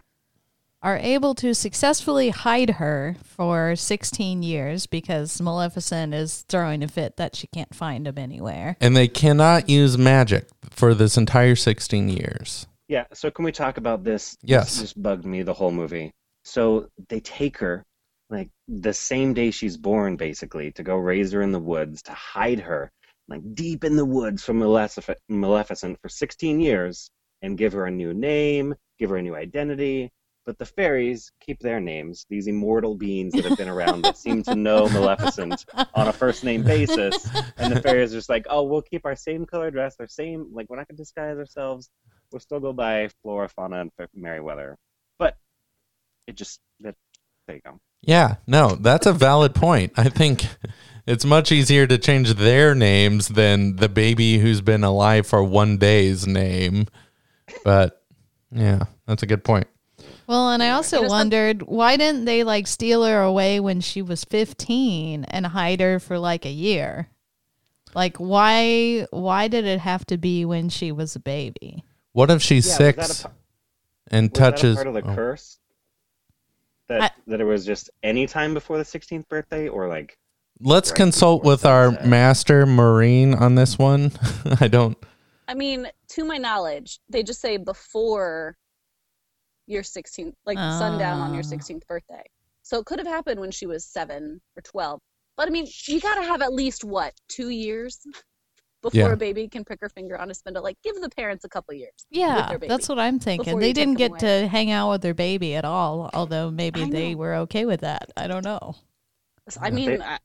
[SPEAKER 5] Are able to successfully hide her for 16 years because Maleficent is throwing a fit that she can't find him anywhere.
[SPEAKER 4] And they cannot use magic for this entire 16 years.
[SPEAKER 10] Yeah, so can we talk about this?
[SPEAKER 4] Yes.
[SPEAKER 10] This just bugged me the whole movie. So they take her, like, the same day she's born, basically, to go raise her in the woods, to hide her, like, deep in the woods from Malefic- Maleficent for 16 years and give her a new name, give her a new identity. But the fairies keep their names, these immortal beings that have been around that seem to know Maleficent on a first name basis. And the fairies are just like, oh, we'll keep our same color dress, our same, like, we're not going to disguise ourselves we'll still go by Flora, Fauna, and Fer- Merryweather. But it just that there you go.
[SPEAKER 4] Yeah, no, that's a valid point. I think it's much easier to change their names than the baby who's been alive for one day's name. But yeah, that's a good point.
[SPEAKER 5] Well, and I also wondered why didn't they like steal her away when she was 15 and hide her for like a year? Like why why did it have to be when she was a baby?
[SPEAKER 4] What if she's
[SPEAKER 10] Yeah, was that
[SPEAKER 4] six
[SPEAKER 10] a par-
[SPEAKER 4] and
[SPEAKER 10] Was that a
[SPEAKER 4] touches?
[SPEAKER 10] part of the
[SPEAKER 4] oh.
[SPEAKER 10] curse that that it was just any time before the 16th birthday, or like
[SPEAKER 4] Let's consult with our master marine on this one. I don't.
[SPEAKER 11] I mean, to my knowledge, they just say before your 16th, like sundown on your
[SPEAKER 5] Ah.
[SPEAKER 11] 16th birthday. So it could have happened when she was seven or 12. But I mean, you got to have at least what, two years before
[SPEAKER 4] Yeah.
[SPEAKER 11] a baby can prick her finger on a spindle? Like, give the parents a couple years. with
[SPEAKER 5] Yeah,
[SPEAKER 11] their baby
[SPEAKER 5] that's what I'm thinking.
[SPEAKER 11] before
[SPEAKER 5] They
[SPEAKER 11] you take
[SPEAKER 5] didn't
[SPEAKER 11] them
[SPEAKER 5] get
[SPEAKER 11] away.
[SPEAKER 5] to hang out with their baby at all, although maybe
[SPEAKER 11] I
[SPEAKER 5] they were okay with that. I don't know.
[SPEAKER 11] So, I mean, I,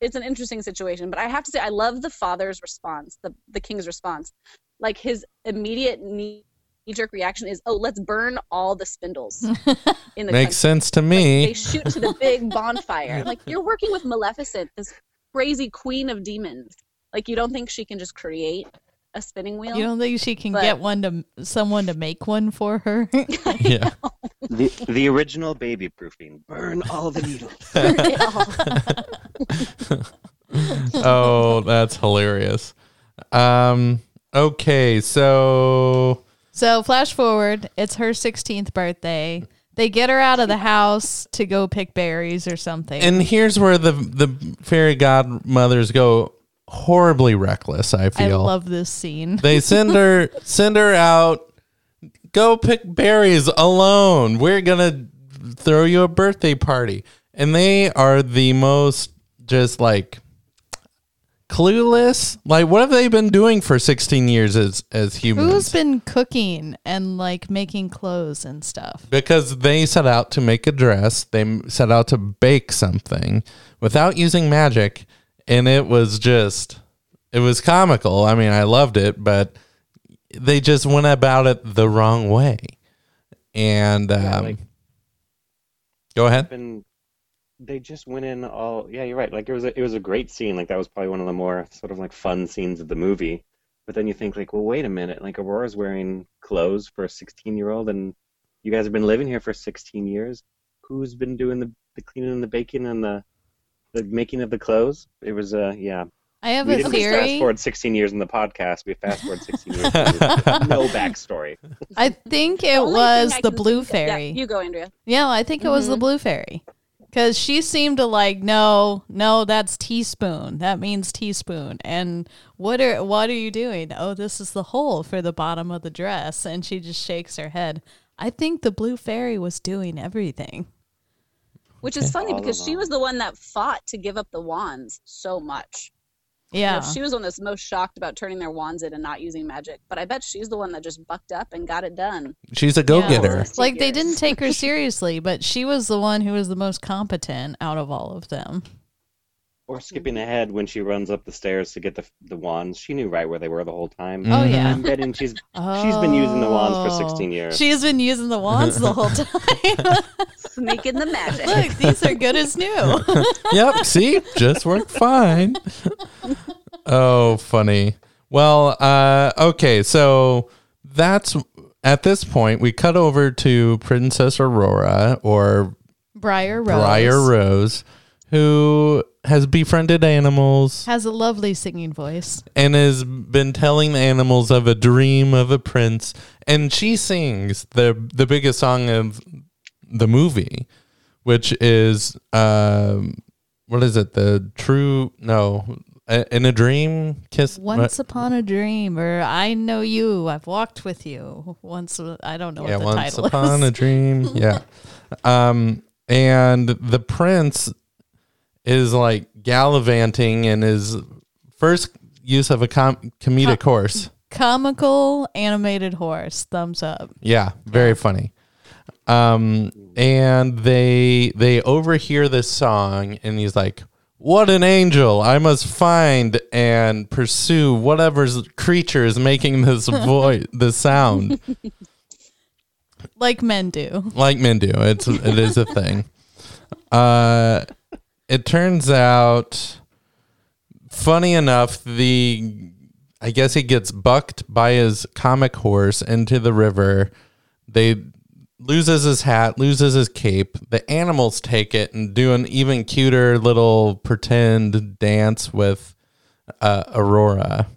[SPEAKER 11] it's an interesting situation, but I have to say, I love the father's response, the the king's response, like his immediate need knee jerk reaction is, oh, let's burn all the spindles in the
[SPEAKER 4] Makes
[SPEAKER 11] country.
[SPEAKER 4] sense to
[SPEAKER 11] They
[SPEAKER 4] me.
[SPEAKER 11] shoot to the big bonfire. like you're working with Maleficent, this crazy queen of demons. Like you don't think she can just create a spinning wheel?
[SPEAKER 5] You don't think she can
[SPEAKER 11] But-
[SPEAKER 5] get one to someone to make one for her?
[SPEAKER 4] yeah.
[SPEAKER 10] The, the original baby proofing. Burn all the needles.
[SPEAKER 4] oh, that's hilarious. Um, okay, so
[SPEAKER 5] So flash forward, it's her 16th birthday. They get her out of the house to go pick berries or something.
[SPEAKER 4] and here's where the the fairy godmothers go horribly reckless. I
[SPEAKER 5] I
[SPEAKER 4] feel
[SPEAKER 5] love this scene.
[SPEAKER 4] they send her send her out. Go pick berries alone. We're gonna throw you a birthday party, and they are the most just like clueless. Like, what have they been doing for sixteen years as as humans?
[SPEAKER 5] Who's been cooking and like making clothes and stuff?
[SPEAKER 4] because they set out to make a dress they m- set out to bake something without using magic and it was just it was comical i mean i loved it but they just went about it the wrong way and um,
[SPEAKER 10] like-
[SPEAKER 4] go ahead
[SPEAKER 10] And they just went in all. Yeah, you're right. Like it was a, it was a great scene. Like that was probably one of the more sort of like fun scenes of the movie. But then you think like, well, wait a minute. Like Aurora's wearing clothes for a 16 year old, and you guys have been living here for 16 years. Who's been doing the, the cleaning and the baking and the the making of the clothes? It was uh yeah.
[SPEAKER 5] I have
[SPEAKER 10] we
[SPEAKER 5] a
[SPEAKER 10] didn't just fast
[SPEAKER 5] theory.
[SPEAKER 10] forward 16 years in the podcast. We fast forward 16 years. no backstory.
[SPEAKER 5] I think it
[SPEAKER 11] only thing
[SPEAKER 5] was
[SPEAKER 11] I
[SPEAKER 5] the
[SPEAKER 11] can
[SPEAKER 5] blue
[SPEAKER 11] think of- yeah,
[SPEAKER 5] fairy.
[SPEAKER 11] you go, Andrea.
[SPEAKER 5] Yeah, I think it was the blue fairy. Because she seemed to like, no, no, that's teaspoon. That means teaspoon. And what are what are you doing? Oh, this is the hole for the bottom of the dress. And she just shakes her head. I think the blue fairy was doing everything.
[SPEAKER 11] Which is funny
[SPEAKER 10] All
[SPEAKER 11] because she was the one that fought to give up the wands so much. You know,
[SPEAKER 5] Yeah.
[SPEAKER 11] she was the one that's most shocked about turning their wands in and not using magic. But I bet she's the one that just bucked up and got it done.
[SPEAKER 4] she's a go-getter
[SPEAKER 5] Like they didn't take her seriously, but she was the one who was the most competent out of all of them.
[SPEAKER 10] Or skipping ahead when she runs up the stairs to get the the wands. She knew right where they were the whole time.
[SPEAKER 4] Mm-hmm.
[SPEAKER 5] Oh, yeah.
[SPEAKER 10] I'm betting she's she's been using the wands for
[SPEAKER 4] Oh.
[SPEAKER 10] 16 years.
[SPEAKER 5] She's been using the wands the whole time.
[SPEAKER 11] Making the magic.
[SPEAKER 5] Look, these are good as new.
[SPEAKER 4] yep. See, just worked fine. oh, funny. Well, uh, okay. So that's at this point we cut over to Princess Aurora or
[SPEAKER 5] Briar Rose
[SPEAKER 4] Briar Rose, who has befriended animals
[SPEAKER 5] has a lovely singing voice.
[SPEAKER 4] and has been telling the animals of a dream of a prince, and she sings the the biggest song of the movie, which is um, what is it? The true no, A- in a dream kiss.
[SPEAKER 5] Once upon a dream, or I know you. I've walked with you. Once I don't know
[SPEAKER 4] yeah,
[SPEAKER 5] what the
[SPEAKER 4] once
[SPEAKER 5] title
[SPEAKER 4] upon
[SPEAKER 5] is.
[SPEAKER 4] a dream. Yeah, um, and the prince is like gallivanting in his first use of a com- comedic horse.
[SPEAKER 5] Comical animated horse. Thumbs up.
[SPEAKER 4] Yeah, very funny. Um, and they they overhear this song, and he's like, "What an angel! I must find and pursue whatever creature is making this voice, the sound."
[SPEAKER 5] Like men do.
[SPEAKER 4] like men do. It's it is a thing. Uh, it turns out, funny enough, the I guess he gets bucked by his comic horse into the river. They loses his hat, loses his cape. The animals take it and do an even cuter little pretend dance with uh, Aurora.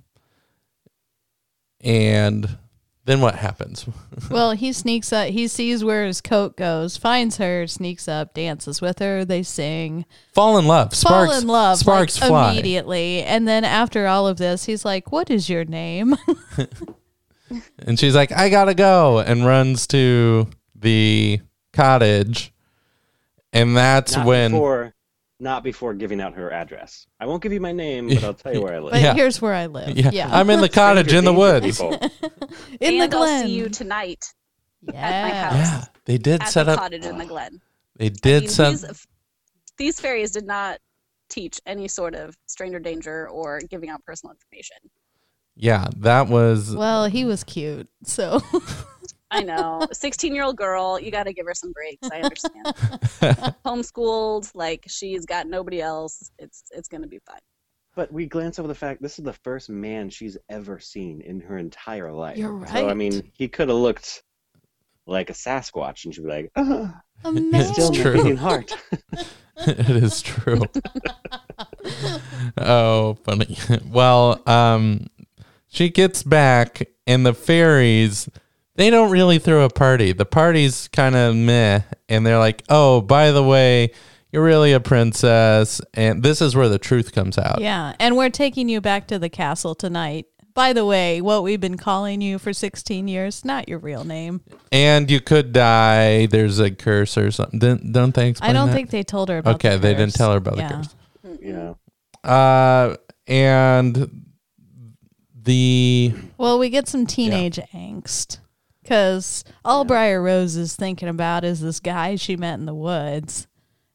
[SPEAKER 4] And then what happens?
[SPEAKER 5] Well, he sneaks up. He sees where his coat goes, finds her, sneaks up, dances with her. They sing.
[SPEAKER 4] fall in love. Sparks,
[SPEAKER 5] fall in love like,
[SPEAKER 4] Sparks fly.
[SPEAKER 5] immediately. And then after all of this, he's like, "What is your name?"
[SPEAKER 4] And she's like, I gotta go, and runs to the cottage. And that's
[SPEAKER 10] not
[SPEAKER 4] when
[SPEAKER 10] before, not before giving out her address. I won't give you my name, but I'll tell you where I live.
[SPEAKER 5] But
[SPEAKER 4] Yeah.
[SPEAKER 5] here's where I live.
[SPEAKER 4] yeah,
[SPEAKER 5] Yeah,
[SPEAKER 4] I'm in the cottage
[SPEAKER 10] Stranger
[SPEAKER 4] in the
[SPEAKER 10] danger,
[SPEAKER 4] woods.
[SPEAKER 10] people.
[SPEAKER 5] in the
[SPEAKER 11] and
[SPEAKER 5] Glen.
[SPEAKER 11] I'll see you tonight at my
[SPEAKER 5] yeah,
[SPEAKER 11] house.
[SPEAKER 4] Yeah, they did
[SPEAKER 11] At
[SPEAKER 4] set
[SPEAKER 11] the
[SPEAKER 4] up.
[SPEAKER 11] cottage in the Glen.
[SPEAKER 4] They did
[SPEAKER 11] mean,
[SPEAKER 4] set.
[SPEAKER 11] these, these fairies did not teach any sort of stranger danger or giving out personal information.
[SPEAKER 4] Yeah, that was
[SPEAKER 5] Well, he was cute, so
[SPEAKER 11] I know. 16 year old girl, you got to give her some breaks. I understand. Homeschooled, like she's got nobody else. It's it's going to be fine.
[SPEAKER 10] But we glance over the fact this is the first man she's ever seen in her entire life.
[SPEAKER 5] You're
[SPEAKER 10] So I
[SPEAKER 5] right.
[SPEAKER 10] mean, he could have looked like a Sasquatch, and she'd be like, "Ah,
[SPEAKER 5] Amazing.
[SPEAKER 10] still my beating heart."
[SPEAKER 4] it is true. oh, funny. Well, um, she gets back, and the fairies they don't really throw a party. The party's kind of meh, and they're like, "Oh, by the way, you're really a princess," and this is where the truth comes out.
[SPEAKER 5] Yeah, and we're taking you back to the castle tonight. By the way, what we've been calling you for 16 years, not your real name.
[SPEAKER 4] And you could die. There's a curse or something. Don't, don't they explain
[SPEAKER 5] I don't
[SPEAKER 4] that?
[SPEAKER 5] think they told her about
[SPEAKER 4] Okay,
[SPEAKER 5] the
[SPEAKER 4] they didn't
[SPEAKER 5] curse.
[SPEAKER 4] tell her about the
[SPEAKER 5] Yeah.
[SPEAKER 4] curse.
[SPEAKER 10] yeah.
[SPEAKER 4] Uh, and the
[SPEAKER 5] Well, we get some teenage angst because all Briar Rose is thinking about is this guy she met in the woods,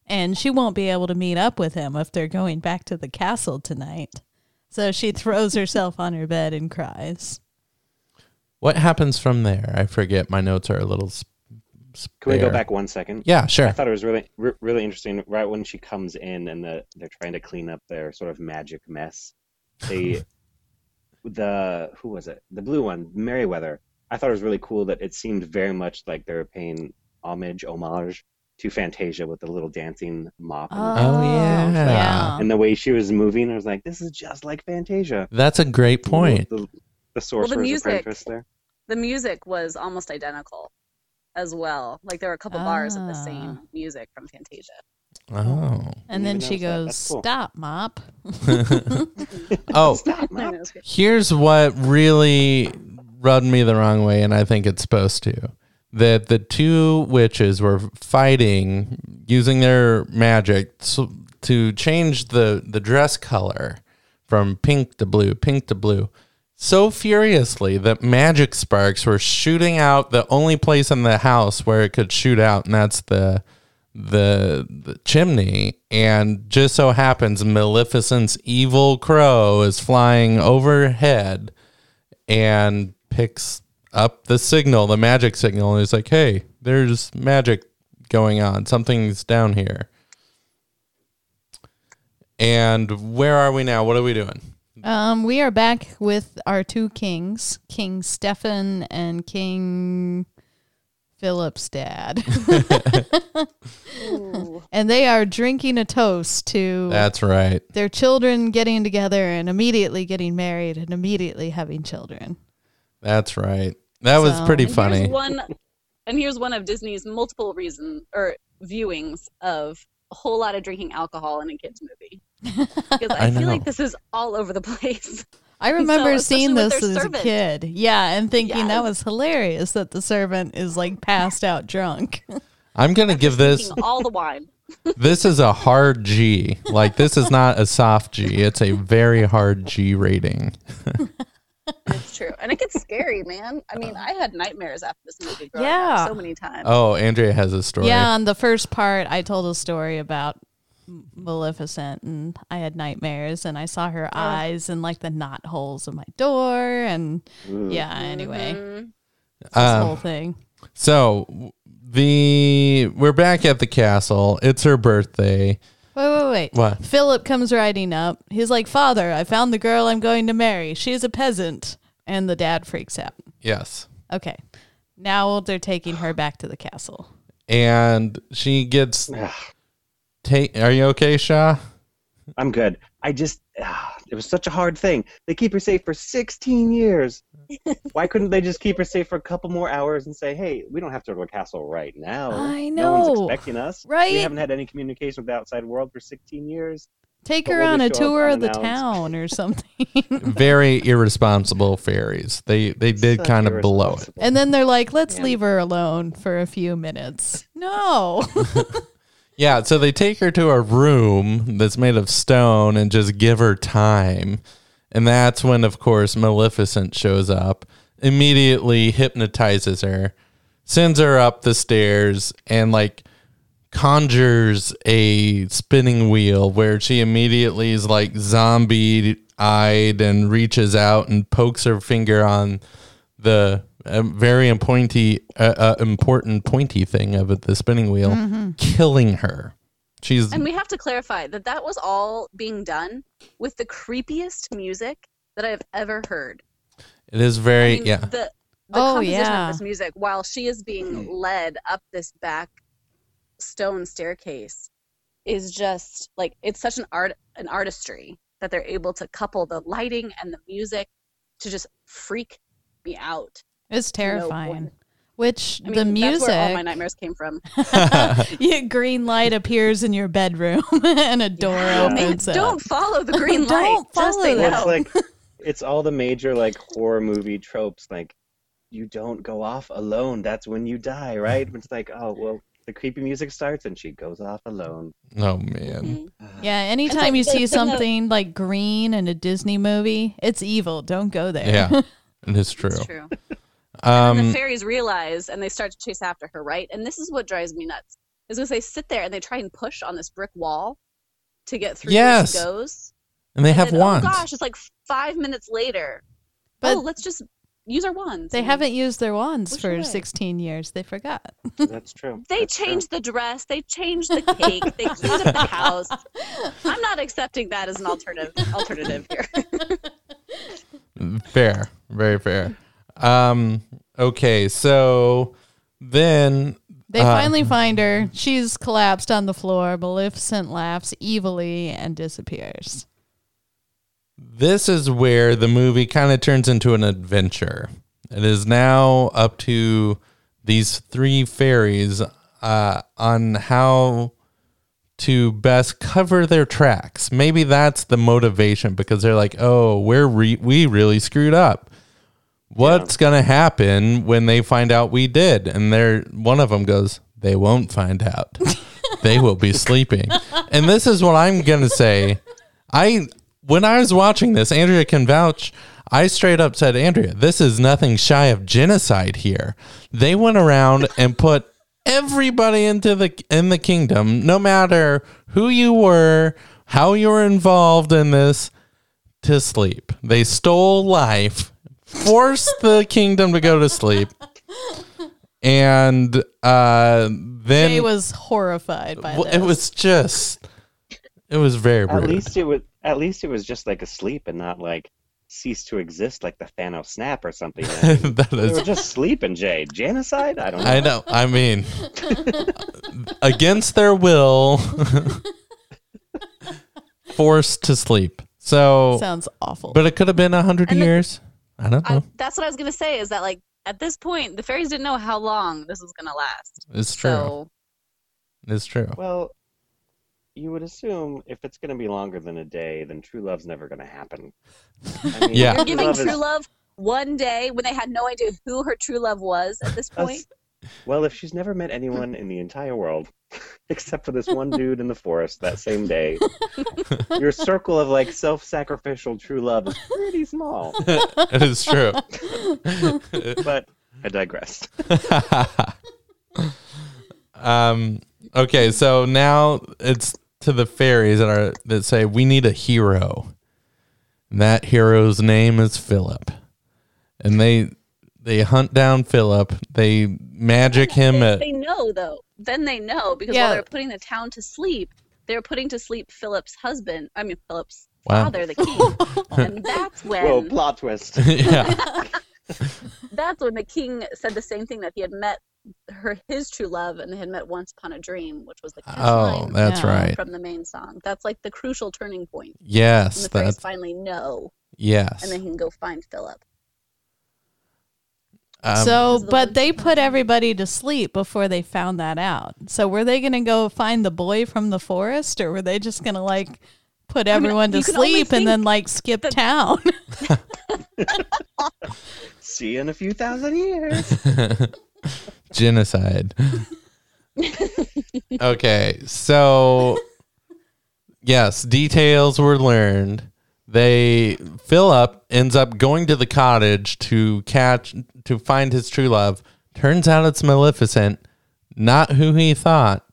[SPEAKER 5] and she won't be able to meet up with him if they're going back to the castle tonight. So she throws herself on her bed and cries.
[SPEAKER 4] What happens from there? I forget. My notes are a little. Sp-
[SPEAKER 10] Can we go
[SPEAKER 4] spare.
[SPEAKER 10] back one second?
[SPEAKER 4] Yeah, sure.
[SPEAKER 10] I thought it was really, re- really interesting. Right when she comes in and the, they're trying to clean up their sort of magic mess, they, the who was it? The blue one, Merriweather. I thought it was really cool that it seemed very much like they were paying homage, homage to Fantasia with the little dancing mop. and-
[SPEAKER 4] Oh, yeah.
[SPEAKER 5] Ah.
[SPEAKER 4] yeah.
[SPEAKER 10] And the way she was moving, I was like, this is just like Fantasia.
[SPEAKER 4] That's a great point.
[SPEAKER 10] The, the
[SPEAKER 11] Well,
[SPEAKER 10] sorcerer's
[SPEAKER 11] the music,
[SPEAKER 10] apprentice there.
[SPEAKER 11] the music was almost identical as well. Like there were a couple bars of the same music from Fantasia.
[SPEAKER 4] Oh.
[SPEAKER 5] And then
[SPEAKER 11] Even
[SPEAKER 5] she
[SPEAKER 11] knows that.
[SPEAKER 5] goes,
[SPEAKER 11] That's cool.
[SPEAKER 5] Stop, mop.
[SPEAKER 4] oh,
[SPEAKER 11] I know, it's great.
[SPEAKER 4] here's what really rubbed me the wrong way, and I think it's supposed to. That the two witches were fighting using their magic to, to change the, the dress color from pink to blue, pink to blue, so furiously that magic sparks were shooting out the only place in the house where it could shoot out, and that's the the, the chimney and just so happens Maleficent's evil crow is flying overhead and picks up the signal, the magic signal, and is like, "Hey, there's magic going on. Something's down here." And where are we now? What are we doing?
[SPEAKER 5] Um, we are back with our two kings, King Stefan and King Philip's dad. and they are drinking a toast to
[SPEAKER 4] That's right.
[SPEAKER 5] their children getting together and immediately getting married and immediately having children.
[SPEAKER 4] That's right. That was
[SPEAKER 5] So-
[SPEAKER 4] pretty
[SPEAKER 5] And here's
[SPEAKER 4] funny.
[SPEAKER 11] Here's one, and here's one of Disney's multiple reasons or viewings of a whole lot of drinking alcohol in a kids movie. Because I,
[SPEAKER 4] I
[SPEAKER 11] feel
[SPEAKER 4] know.
[SPEAKER 11] like this is all over the place.
[SPEAKER 5] I remember
[SPEAKER 11] So,
[SPEAKER 5] seeing
[SPEAKER 11] especially with
[SPEAKER 5] this as
[SPEAKER 11] their
[SPEAKER 5] a
[SPEAKER 11] servant.
[SPEAKER 5] kid. Yeah, and thinking that
[SPEAKER 11] Yes.
[SPEAKER 5] was hilarious that the servant is like passed out drunk.
[SPEAKER 4] I'm going to give this
[SPEAKER 11] Drinking all the wine.
[SPEAKER 4] this is a hard G. Like this is not a soft G. It's a very hard G rating.
[SPEAKER 11] It's true, and it gets scary, man. I mean, I had nightmares after this movie. Growing
[SPEAKER 5] Yeah.
[SPEAKER 11] up so many times.
[SPEAKER 4] Oh, Andrea has a story.
[SPEAKER 5] Yeah, on the first part, I told a story about M- Maleficent, and I had nightmares, and I saw her eyes and like the knot holes of my door, and yeah. Anyway, this
[SPEAKER 4] Um,
[SPEAKER 5] whole thing.
[SPEAKER 4] So w- the we're back at the castle. It's her birthday.
[SPEAKER 5] Wait, wait, wait.
[SPEAKER 4] What?
[SPEAKER 5] Philip comes riding up. He's like, "Father, I found the girl I'm going to marry. She's a peasant," and the dad freaks out.
[SPEAKER 4] Yes.
[SPEAKER 5] Okay, now they're taking her back to the castle.
[SPEAKER 4] And she gets take Are you okay, Shaw?
[SPEAKER 10] I'm good. I just ah, it was such a hard thing. They keep her safe for 16 years. Why couldn't they just keep her safe for a couple more hours and say, "Hey, we don't have to go to a castle right now.
[SPEAKER 5] I
[SPEAKER 10] No one's
[SPEAKER 5] know,
[SPEAKER 10] expecting us.
[SPEAKER 5] right?
[SPEAKER 10] We haven't had any communication with the outside world for 16 years.
[SPEAKER 5] Take
[SPEAKER 10] But
[SPEAKER 5] her
[SPEAKER 10] we'll
[SPEAKER 5] on a
[SPEAKER 10] just show up
[SPEAKER 5] tour of the
[SPEAKER 10] unannounced.
[SPEAKER 5] town or something.
[SPEAKER 4] Very irresponsible fairies. They they did
[SPEAKER 10] Such
[SPEAKER 4] kind of blow it.
[SPEAKER 10] irresponsible.
[SPEAKER 5] And then they're like, let's
[SPEAKER 10] Yeah.
[SPEAKER 5] leave her alone for a few minutes. No.
[SPEAKER 4] Yeah, so they take her to a room that's made of stone and just give her time. And that's when, of course, Maleficent shows up, immediately hypnotizes her, sends her up the stairs, and like conjures a spinning wheel where she immediately is like zombie eyed and reaches out and pokes her finger on the a very pointy, uh, uh, important pointy thing of it, the spinning wheel,
[SPEAKER 5] Mm-hmm.
[SPEAKER 11] Mhm.
[SPEAKER 4] killing her. She's
[SPEAKER 11] And we have to clarify that that was all being done with the creepiest music that I've ever heard.
[SPEAKER 4] it is very yeah.
[SPEAKER 11] The, the
[SPEAKER 5] Oh,
[SPEAKER 11] composition
[SPEAKER 5] yeah.
[SPEAKER 11] of this music, while she is
[SPEAKER 4] Hmm.
[SPEAKER 11] being led up this back stone staircase, is just like it's such an art, an artistry that they're able to couple the lighting and the music to just freak me out.
[SPEAKER 5] It's
[SPEAKER 11] to no point.
[SPEAKER 5] terrifying. Which
[SPEAKER 11] I mean,
[SPEAKER 5] the music,
[SPEAKER 11] That's where all my nightmares came from.
[SPEAKER 5] yeah, green light appears in your bedroom and a door
[SPEAKER 11] Man,
[SPEAKER 5] opens. up.
[SPEAKER 11] don't follow the green
[SPEAKER 5] Don't
[SPEAKER 11] light. just
[SPEAKER 5] follow
[SPEAKER 11] say
[SPEAKER 5] that.
[SPEAKER 11] no.
[SPEAKER 10] Well, it's like it's all the major like horror movie tropes. Like you don't go off alone. That's when you die, right? It's like oh well, the creepy music starts and she goes off alone.
[SPEAKER 4] Oh man,
[SPEAKER 5] Yeah, anytime you
[SPEAKER 11] the thing
[SPEAKER 5] see
[SPEAKER 11] that-
[SPEAKER 5] something like green in a Disney movie, it's evil. Don't go there.
[SPEAKER 4] yeah, it is true.
[SPEAKER 11] It's true. and the
[SPEAKER 4] Um,
[SPEAKER 11] fairies realize and they start to chase after her, right? And this is what drives me nuts. Is because they sit there and they try and push on this brick wall to get through
[SPEAKER 4] Yes.
[SPEAKER 11] where she goes.
[SPEAKER 4] and they have
[SPEAKER 11] then,
[SPEAKER 4] wands.
[SPEAKER 11] Oh gosh, it's like five minutes later.
[SPEAKER 5] But-
[SPEAKER 11] oh, let's just use our wands.
[SPEAKER 5] They
[SPEAKER 11] and-
[SPEAKER 5] haven't used their wands
[SPEAKER 11] We
[SPEAKER 5] for
[SPEAKER 11] should.
[SPEAKER 5] 16 years. They forgot.
[SPEAKER 10] That's true.
[SPEAKER 11] They
[SPEAKER 10] That's true.
[SPEAKER 11] changed the dress. They changed the cake. they cleaned up the house. I'm not accepting that as an alternative. Alternative here.
[SPEAKER 4] Fair, very fair. Um, okay, so then
[SPEAKER 5] They
[SPEAKER 4] uh,
[SPEAKER 5] finally find her. She's collapsed on the floor. Maleficent laughs evilly and disappears.
[SPEAKER 4] this is where the movie kind of turns into an adventure. It is now up to these three fairies uh, on how to best cover their tracks. Maybe that's the motivation because they're like, "Oh, we're re- we really screwed up. What's gonna happen when they find out we did?" And they're one of them goes, "They won't find out. they will be sleeping." And this is what I'm gonna say. I when I was watching this, Andrea can vouch. I straight up said, Andrea, this is nothing shy of genocide here. They went around and put everybody into the in the kingdom, no matter who you were, how you were involved in this, to sleep. They stole life, forced the kingdom to go to sleep. And uh then
[SPEAKER 5] Jay was horrified by
[SPEAKER 4] well,
[SPEAKER 5] this.
[SPEAKER 4] it was just it was very
[SPEAKER 10] At
[SPEAKER 4] rude.
[SPEAKER 10] least it was. At least it was just like asleep and not like cease to exist, like the Thanos snap or something.
[SPEAKER 4] that
[SPEAKER 10] they
[SPEAKER 4] is
[SPEAKER 10] were just sleeping, Jay. Genocide? I don't know.
[SPEAKER 4] I know. I mean, against their will, forced to sleep. So,
[SPEAKER 5] Sounds awful.
[SPEAKER 4] but it could have been a hundred
[SPEAKER 11] And the-
[SPEAKER 4] years. I don't know.
[SPEAKER 11] I, that's what I was gonna say. Is that like at this point the fairies didn't know how long this was gonna last.
[SPEAKER 4] it's true.
[SPEAKER 11] So
[SPEAKER 4] it's true.
[SPEAKER 10] Well, you would assume if it's going to be longer than a day, then true love's never going to happen. I mean,
[SPEAKER 4] Yeah.
[SPEAKER 11] You're giving
[SPEAKER 10] is-
[SPEAKER 11] true love one day when they had no idea who her true love was at this point.
[SPEAKER 10] Well, if she's never met anyone in the entire world, except for this one dude in the forest that same day, your circle of like self-sacrificial true love is pretty small.
[SPEAKER 4] it is true.
[SPEAKER 10] But I digress.
[SPEAKER 4] um. Okay. So now it's to the fairies that are that say we need a hero. And that hero's name is Philip, and they they hunt down Philip. They magic him
[SPEAKER 11] They,
[SPEAKER 4] at
[SPEAKER 11] they know though. Then they know because
[SPEAKER 5] Yeah.
[SPEAKER 11] while they're putting the town to sleep, they're putting to sleep Philip's husband. I mean Philip's
[SPEAKER 4] Wow.
[SPEAKER 11] father, the king. and that's when
[SPEAKER 10] Whoa, plot twist.
[SPEAKER 4] yeah.
[SPEAKER 11] that's when the king said the same thing that he had met her his true love and they had met once upon a dream, which was the
[SPEAKER 4] Oh,
[SPEAKER 11] catchline
[SPEAKER 4] that's
[SPEAKER 5] Yeah.
[SPEAKER 4] right.
[SPEAKER 11] from the main song. That's like the crucial turning point. And
[SPEAKER 4] Yes,
[SPEAKER 11] the fairies
[SPEAKER 4] that's
[SPEAKER 11] finally know, and
[SPEAKER 4] yes.
[SPEAKER 11] they can go find Philip.
[SPEAKER 4] Um,
[SPEAKER 5] so,
[SPEAKER 11] This is the
[SPEAKER 5] but
[SPEAKER 11] one
[SPEAKER 5] they
[SPEAKER 11] time.
[SPEAKER 5] put everybody to sleep before they found that out. So, were they going to go find the boy from the forest, or were they just going to like put everyone to
[SPEAKER 11] you can only
[SPEAKER 5] sleep and
[SPEAKER 11] think
[SPEAKER 5] then like skip
[SPEAKER 11] that-
[SPEAKER 5] town?
[SPEAKER 10] See you in a few thousand years.
[SPEAKER 4] genocide. okay, so yes, details were learned. They Philip ends up going to the cottage to catch to find his true love. Turns out it's Maleficent, not who he thought,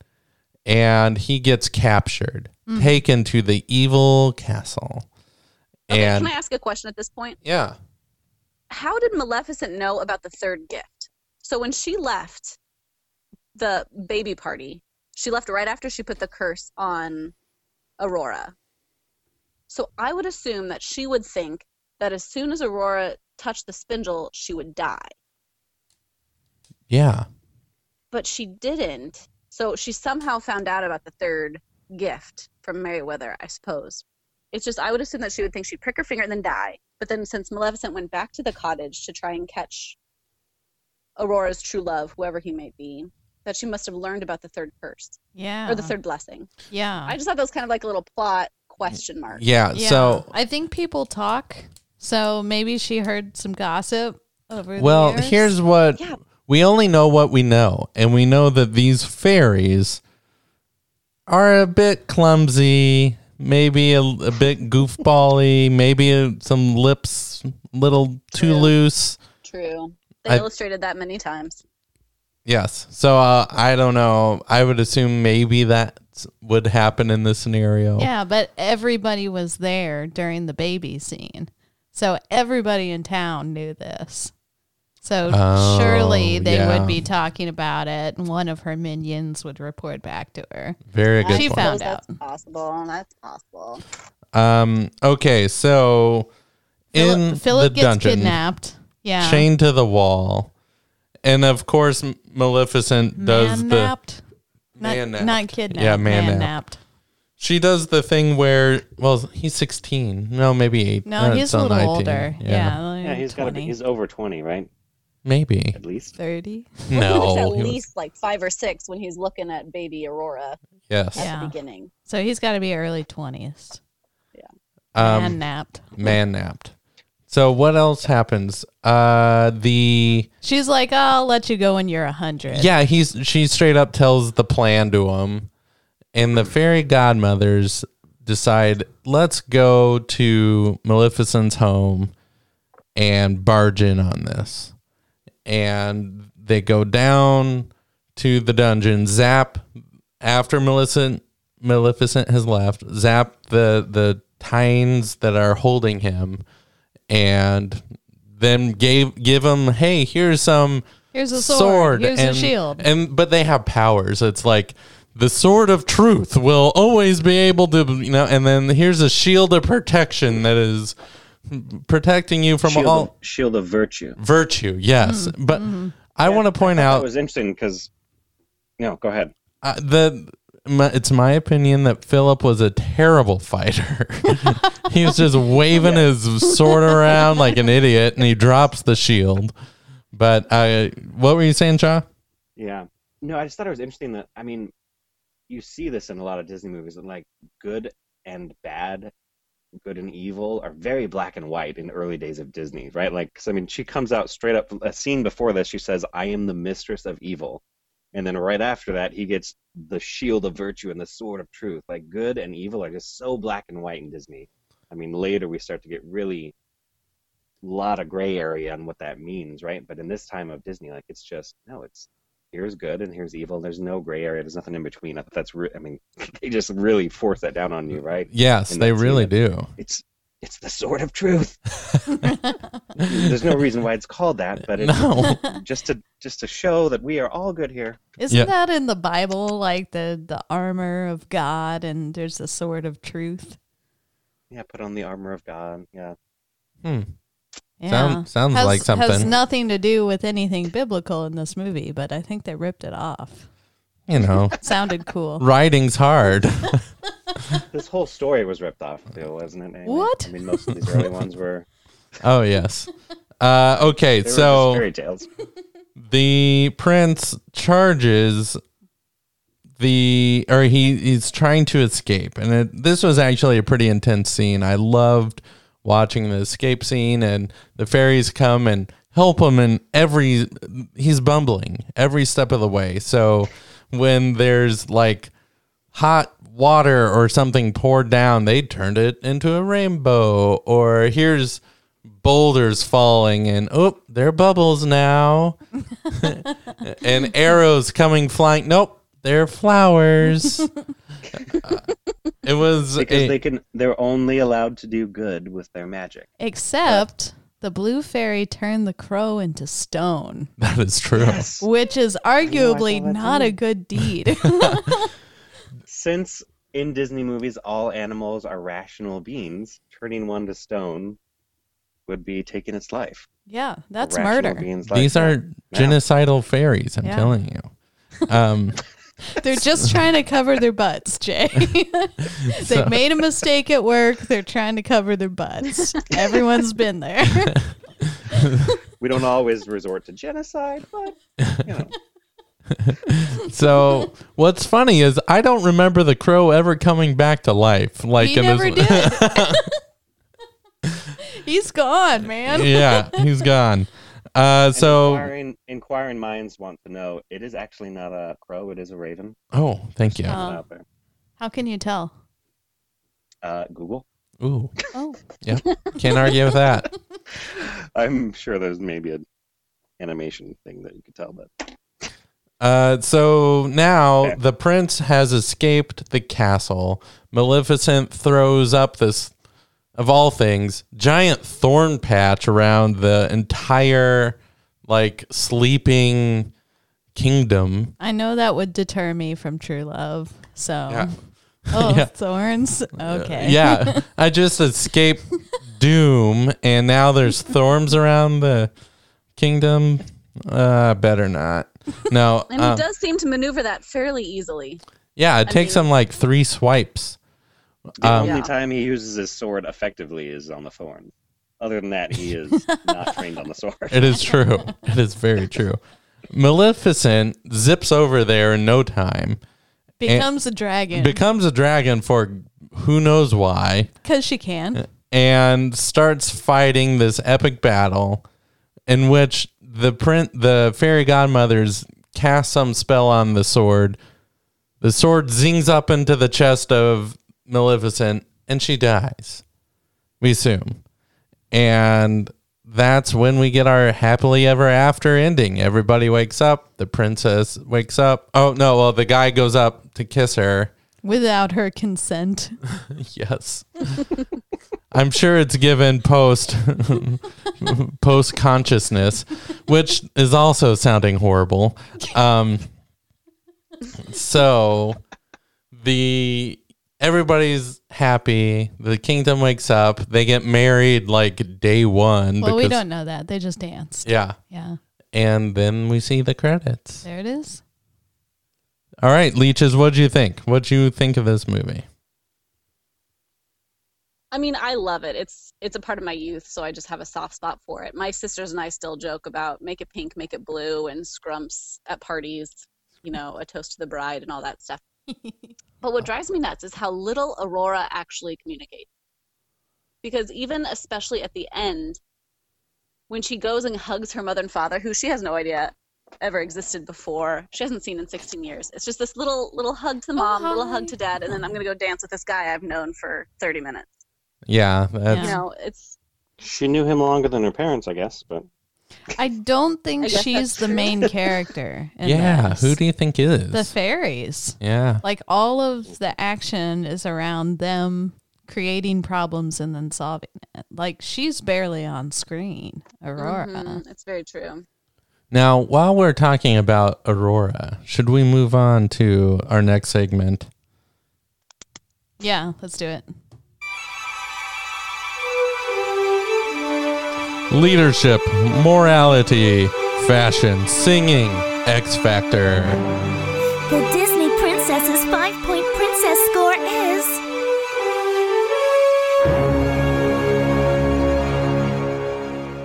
[SPEAKER 4] and he gets captured, taken to the evil castle.
[SPEAKER 11] Okay,
[SPEAKER 4] and
[SPEAKER 11] can I ask a question at this point?
[SPEAKER 4] yeah.
[SPEAKER 11] how did Maleficent know about the third gift? So when she left the baby party, she left right after she put the curse on Aurora. So I would assume that she would think that as soon as Aurora touched the spindle, she would die.
[SPEAKER 4] Yeah.
[SPEAKER 11] But she didn't. So she somehow found out about the third gift from Merryweather, I suppose. It's just I would assume that she would think she'd prick her finger and then die. But then since Maleficent went back to the cottage to try and catch Aurora's true love, whoever he may be, that she must have learned about the third curse.
[SPEAKER 5] Yeah.
[SPEAKER 4] Uh-huh.
[SPEAKER 11] Or the third blessing.
[SPEAKER 5] Yeah.
[SPEAKER 11] I just thought that was kind of like a little plot question mark.
[SPEAKER 4] Mm, Yeah, so-
[SPEAKER 5] I think people talk. So maybe she heard some gossip over the
[SPEAKER 4] Well,
[SPEAKER 5] years.
[SPEAKER 4] here's what we only know what we know, and we know that these fairies are a bit clumsy, maybe a, a bit goofbally, maybe a, some lips little too loose.
[SPEAKER 11] True. They
[SPEAKER 4] I-
[SPEAKER 11] illustrated that many times.
[SPEAKER 4] Yes. So uh, I don't know. I would assume maybe that would happen in this scenario.
[SPEAKER 5] Yeah, but everybody was there during the baby scene. So everybody in town knew this. So
[SPEAKER 4] Oh,
[SPEAKER 5] surely they
[SPEAKER 4] yeah.
[SPEAKER 5] would be talking about it and one of her minions would report back to her.
[SPEAKER 4] Very good
[SPEAKER 5] She
[SPEAKER 4] point.
[SPEAKER 5] found out.
[SPEAKER 11] That's possible. That's possible.
[SPEAKER 4] Um. Okay. So
[SPEAKER 5] Philip-
[SPEAKER 4] in
[SPEAKER 5] Philip
[SPEAKER 4] the
[SPEAKER 5] gets
[SPEAKER 4] dungeon,
[SPEAKER 5] kidnapped. Yeah.
[SPEAKER 4] chained to the wall, and of course M- Maleficent does the
[SPEAKER 5] Man-napped? Not-
[SPEAKER 4] Man-napped.
[SPEAKER 5] Not kidnapped.
[SPEAKER 4] Yeah, man-napped.
[SPEAKER 5] man-napped.
[SPEAKER 4] She does the thing where well he's sixteen. No, maybe eight.
[SPEAKER 5] No, he's a
[SPEAKER 4] it's
[SPEAKER 5] little
[SPEAKER 4] 19.
[SPEAKER 5] older. Yeah,
[SPEAKER 10] Yeah, he's got to be. He's over twenty, right?
[SPEAKER 4] Maybe.
[SPEAKER 10] At least.
[SPEAKER 5] 30.
[SPEAKER 4] No.
[SPEAKER 11] He was
[SPEAKER 4] he
[SPEAKER 11] at
[SPEAKER 4] was-
[SPEAKER 11] least like five or six when he's looking at baby Aurora
[SPEAKER 4] Yes.
[SPEAKER 11] at
[SPEAKER 5] Yeah.
[SPEAKER 11] the beginning.
[SPEAKER 5] So he's got to be early 20s.
[SPEAKER 4] Um,
[SPEAKER 5] man napped.
[SPEAKER 4] Man napped. So what else happens? Uh the
[SPEAKER 5] She's like, oh, I'll let you go when you're 100.
[SPEAKER 4] Yeah, he's she straight up tells the plan to him, and the fairy godmothers decide let's go to Maleficent's home and barge in on this, and they go down to the dungeon. Zap after Maleficent Maleficent has left. Zap the the tines that are holding him, and then gave give him hey here's some
[SPEAKER 5] Here's a sword. Here's a
[SPEAKER 4] and,
[SPEAKER 5] shield.
[SPEAKER 4] and but they have powers it's like the sword of truth will always be able to you know and then here's a shield of protection that is protecting you from
[SPEAKER 10] Shield
[SPEAKER 4] all
[SPEAKER 10] of, Shield of virtue.
[SPEAKER 4] virtue yes
[SPEAKER 10] Mm,
[SPEAKER 4] but i want to point
[SPEAKER 10] That
[SPEAKER 4] out
[SPEAKER 10] was interesting because. No, go ahead.
[SPEAKER 4] uh, the my, it's my opinion that Philip was a terrible fighter. he was just waving his sword around like an idiot, and he drops the shield. But uh, what were you saying, Shaw?
[SPEAKER 10] Yeah. No, I just thought it was interesting that I mean, you see this in a lot of Disney movies, and like good and bad, good and evil are very black and white in early days of Disney, right? Like, 'cause, I mean, she comes out straight up a scene before this. She says, "I am the mistress of evil," and then right after that, he gets the shield of virtue and the sword of truth. Like, good and evil are just so black and white in Disney. I mean, later we start to get really a lot of gray area on what that means, right? But in this time of Disney, like, it's just no, it's here's good and here's evil. There's no gray area. There's nothing in between. I thought that's re- I mean, they just really force that down on you, right?
[SPEAKER 4] Yes,
[SPEAKER 10] In
[SPEAKER 4] they
[SPEAKER 10] that scene.
[SPEAKER 4] really do.
[SPEAKER 10] It's it's the sword of truth. There's no reason why it's called that, but it's
[SPEAKER 4] No.
[SPEAKER 10] just to just to show that we are all good here.
[SPEAKER 5] Isn't that in the Bible, like the, the armor of God and there's the sword of truth?
[SPEAKER 10] Yeah, put on the armor of God. Yeah.
[SPEAKER 4] Hmm.
[SPEAKER 5] Yeah.
[SPEAKER 4] Sound, sounds
[SPEAKER 5] Has-
[SPEAKER 4] like
[SPEAKER 5] Has
[SPEAKER 4] something.
[SPEAKER 5] nothing to do with anything biblical in this movie, but I think they ripped it off.
[SPEAKER 4] you know,
[SPEAKER 5] Sounded cool.
[SPEAKER 4] writing's hard.
[SPEAKER 10] This whole story was ripped off, too, wasn't it? Amy?
[SPEAKER 5] What?
[SPEAKER 10] I mean, most of these early ones were.
[SPEAKER 4] oh yes. Uh, okay,
[SPEAKER 10] they were
[SPEAKER 4] so
[SPEAKER 10] just fairy tales.
[SPEAKER 4] the prince charges the or he he's trying to escape and it, this was actually a pretty intense scene i loved watching the escape scene and the fairies come and help him and every he's bumbling every step of the way so when there's like hot water or something poured down, they turned it into a rainbow. Or here's boulders falling, and oh, they're bubbles now. and arrows coming flying. Nope, they're flowers. Uh, it was
[SPEAKER 10] Because
[SPEAKER 4] a-
[SPEAKER 10] they can, they're only allowed to do good with their magic.
[SPEAKER 5] Except The blue fairy turned the crow into stone.
[SPEAKER 4] That is true. Yes.
[SPEAKER 5] Which is arguably not a good deed.
[SPEAKER 10] Since in Disney movies all animals are rational beings, turning one to stone would be taking its life.
[SPEAKER 5] yeah, that's
[SPEAKER 10] Rational
[SPEAKER 5] murder.
[SPEAKER 10] beings like
[SPEAKER 4] These
[SPEAKER 10] that.
[SPEAKER 4] are genocidal fairies, I'm
[SPEAKER 5] Yeah.
[SPEAKER 4] telling you. Um,
[SPEAKER 5] They're just trying to cover their butts, Jay. they
[SPEAKER 4] So-
[SPEAKER 5] made a mistake at work. They're trying to cover their butts. Everyone's been there.
[SPEAKER 10] We don't always resort to genocide, but you know.
[SPEAKER 4] so what's funny is I don't remember the crow ever coming back to life. Like
[SPEAKER 5] he
[SPEAKER 4] in
[SPEAKER 5] never
[SPEAKER 4] this,
[SPEAKER 5] did. He's gone, man.
[SPEAKER 4] yeah, he's gone. Uh,
[SPEAKER 10] And
[SPEAKER 4] so
[SPEAKER 10] inquiring, inquiring minds want to know. It is actually not a crow; it is a raven.
[SPEAKER 4] oh, thank you.
[SPEAKER 5] Oh.
[SPEAKER 10] Out there.
[SPEAKER 5] How can you tell?
[SPEAKER 10] Uh, Google.
[SPEAKER 4] Ooh,
[SPEAKER 5] Oh,
[SPEAKER 4] yeah, can't argue with that.
[SPEAKER 10] I'm sure there's maybe an animation thing that you could tell, but
[SPEAKER 4] Uh, so now the prince has escaped the castle. Maleficent throws up this, of all things, giant thorn patch around the entire like sleeping kingdom.
[SPEAKER 5] I know that would deter me from true love. So,
[SPEAKER 4] Yeah.
[SPEAKER 5] oh,
[SPEAKER 4] Yeah. Uh,
[SPEAKER 5] thorns. Okay.
[SPEAKER 4] Yeah, I just escaped doom, and now there's thorns around the kingdom. Uh, better not. No.
[SPEAKER 11] And
[SPEAKER 4] um,
[SPEAKER 11] he does seem to maneuver that fairly easily.
[SPEAKER 4] yeah, it takes him like three swipes.
[SPEAKER 10] the
[SPEAKER 4] Um,
[SPEAKER 10] only
[SPEAKER 11] Yeah.
[SPEAKER 10] time he uses his sword effectively is on the thorn. Other than that, he is not trained on the sword.
[SPEAKER 4] It is true. it is very true. Maleficent zips over there in no time,
[SPEAKER 5] Becomes a dragon
[SPEAKER 4] becomes a dragon for who knows why,
[SPEAKER 5] because she can.
[SPEAKER 4] and starts fighting this epic battle in which the print the fairy godmothers cast some spell on the sword. The sword zings up into the chest of Maleficent and she dies. We assume. And that's when we get our happily ever after ending. Everybody wakes up, the princess wakes up. Oh no, well the guy goes up to kiss her.
[SPEAKER 5] Without her consent.
[SPEAKER 4] Yes. I'm sure it's given post post consciousness, which is also sounding horrible. Um, so the everybody's happy. The kingdom wakes up. They get married like day one.
[SPEAKER 5] Well, we don't know that. They just danced.
[SPEAKER 4] Yeah,
[SPEAKER 5] Yeah.
[SPEAKER 4] and then we see the credits.
[SPEAKER 5] There it is.
[SPEAKER 4] All right, leeches. What do you think? What do you think of this movie?
[SPEAKER 11] I mean, I love it. It's it's a part of my youth, so I just have a soft spot for it. My sisters and I still joke about make it pink, make it blue, and scrumps at parties. You know, a toast to the bride and all that stuff. but what drives me nuts is how little Aurora actually communicates. Because even especially at the end, when she goes and hugs her mother and father, who she has no idea ever existed before, she hasn't seen in 16 years. It's just this little little hug to mom, little hug to dad, and then I'm gonna go dance with this guy I've known for 30 minutes
[SPEAKER 4] Yeah, that's
[SPEAKER 11] you know, it's
[SPEAKER 10] She knew him longer than her parents, I guess, but
[SPEAKER 5] I don't
[SPEAKER 11] I
[SPEAKER 5] think
[SPEAKER 11] guess
[SPEAKER 5] she's
[SPEAKER 11] that's
[SPEAKER 5] the
[SPEAKER 11] true.
[SPEAKER 5] main character. in
[SPEAKER 4] yeah.
[SPEAKER 5] this.
[SPEAKER 4] Who do you think is
[SPEAKER 5] the fairies?
[SPEAKER 4] yeah?
[SPEAKER 5] Like all of the action is around them creating problems and then solving it. Like she's barely on screen, Aurora.
[SPEAKER 11] mhm, it's very true.
[SPEAKER 4] Now, while we're talking about Aurora, should we move on to our next segment?
[SPEAKER 5] Yeah, let's do it.
[SPEAKER 4] Leadership, morality, fashion, singing, X Factor.
[SPEAKER 6] The Disney Princess's five point princess score is.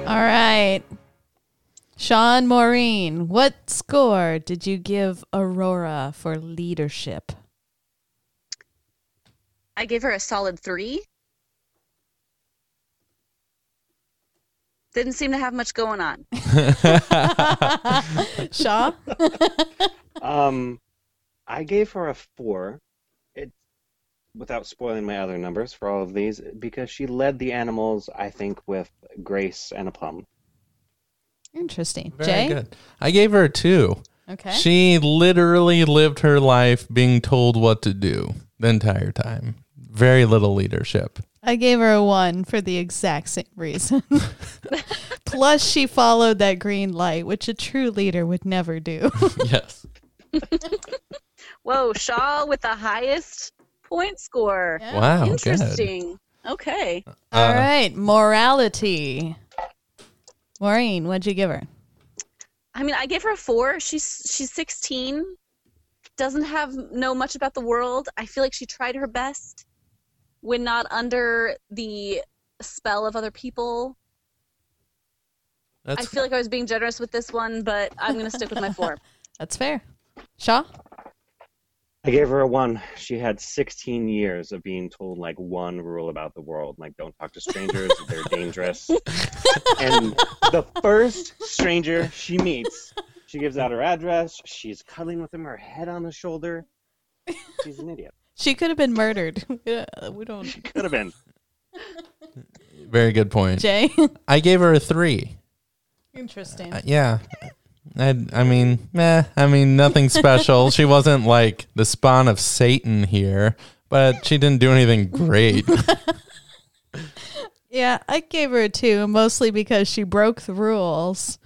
[SPEAKER 5] All right. Sean Maureen, what score did you give Aurora for leadership?
[SPEAKER 11] I gave her a solid three. Didn't seem to have much going on.
[SPEAKER 5] Shaw?
[SPEAKER 10] um, I gave her a four. It, without spoiling my other numbers for all of these, because she led the animals, I think, with grace and aplomb.
[SPEAKER 5] Interesting.
[SPEAKER 4] Very
[SPEAKER 5] Jay?
[SPEAKER 4] good. I gave her a two.
[SPEAKER 5] Okay.
[SPEAKER 4] She literally lived her life being told what to do the entire time. Very little leadership.
[SPEAKER 5] I gave her a one for the exact same reason. Plus, she followed that green light, which a true leader would never do.
[SPEAKER 4] Uh-huh. yes.
[SPEAKER 11] Whoa, Shaw with the highest point score.
[SPEAKER 4] Wow, good.
[SPEAKER 11] Interesting. Okay.
[SPEAKER 5] All right, morality. Maureen, what'd you give her?
[SPEAKER 11] I mean, I gave her a four. She's she's 16. Doesn't have know much about the world. I feel like she tried her best when not under the spell of other people.
[SPEAKER 4] That's
[SPEAKER 11] I feel like I was being generous with this one, but I'm gonna stick with my four.
[SPEAKER 5] That's fair. Shaw?
[SPEAKER 10] I gave her a one. She had 16 years of being told like one rule about the world, like don't talk to strangers, they're dangerous. and the first stranger she meets, she gives out her address. She's cuddling with him, her head on his shoulder. She's an idiot.
[SPEAKER 5] She could have been murdered. Yeah, we don't.
[SPEAKER 10] Could have been.
[SPEAKER 4] Very good point.
[SPEAKER 5] Jay?
[SPEAKER 4] I gave her a three.
[SPEAKER 5] Interesting.
[SPEAKER 4] Uh, yeah. I, I mean, meh. I mean, nothing special. she wasn't like the spawn of Satan here, but she didn't do anything great.
[SPEAKER 5] Yeah, I gave her a two, mostly because she broke the rules.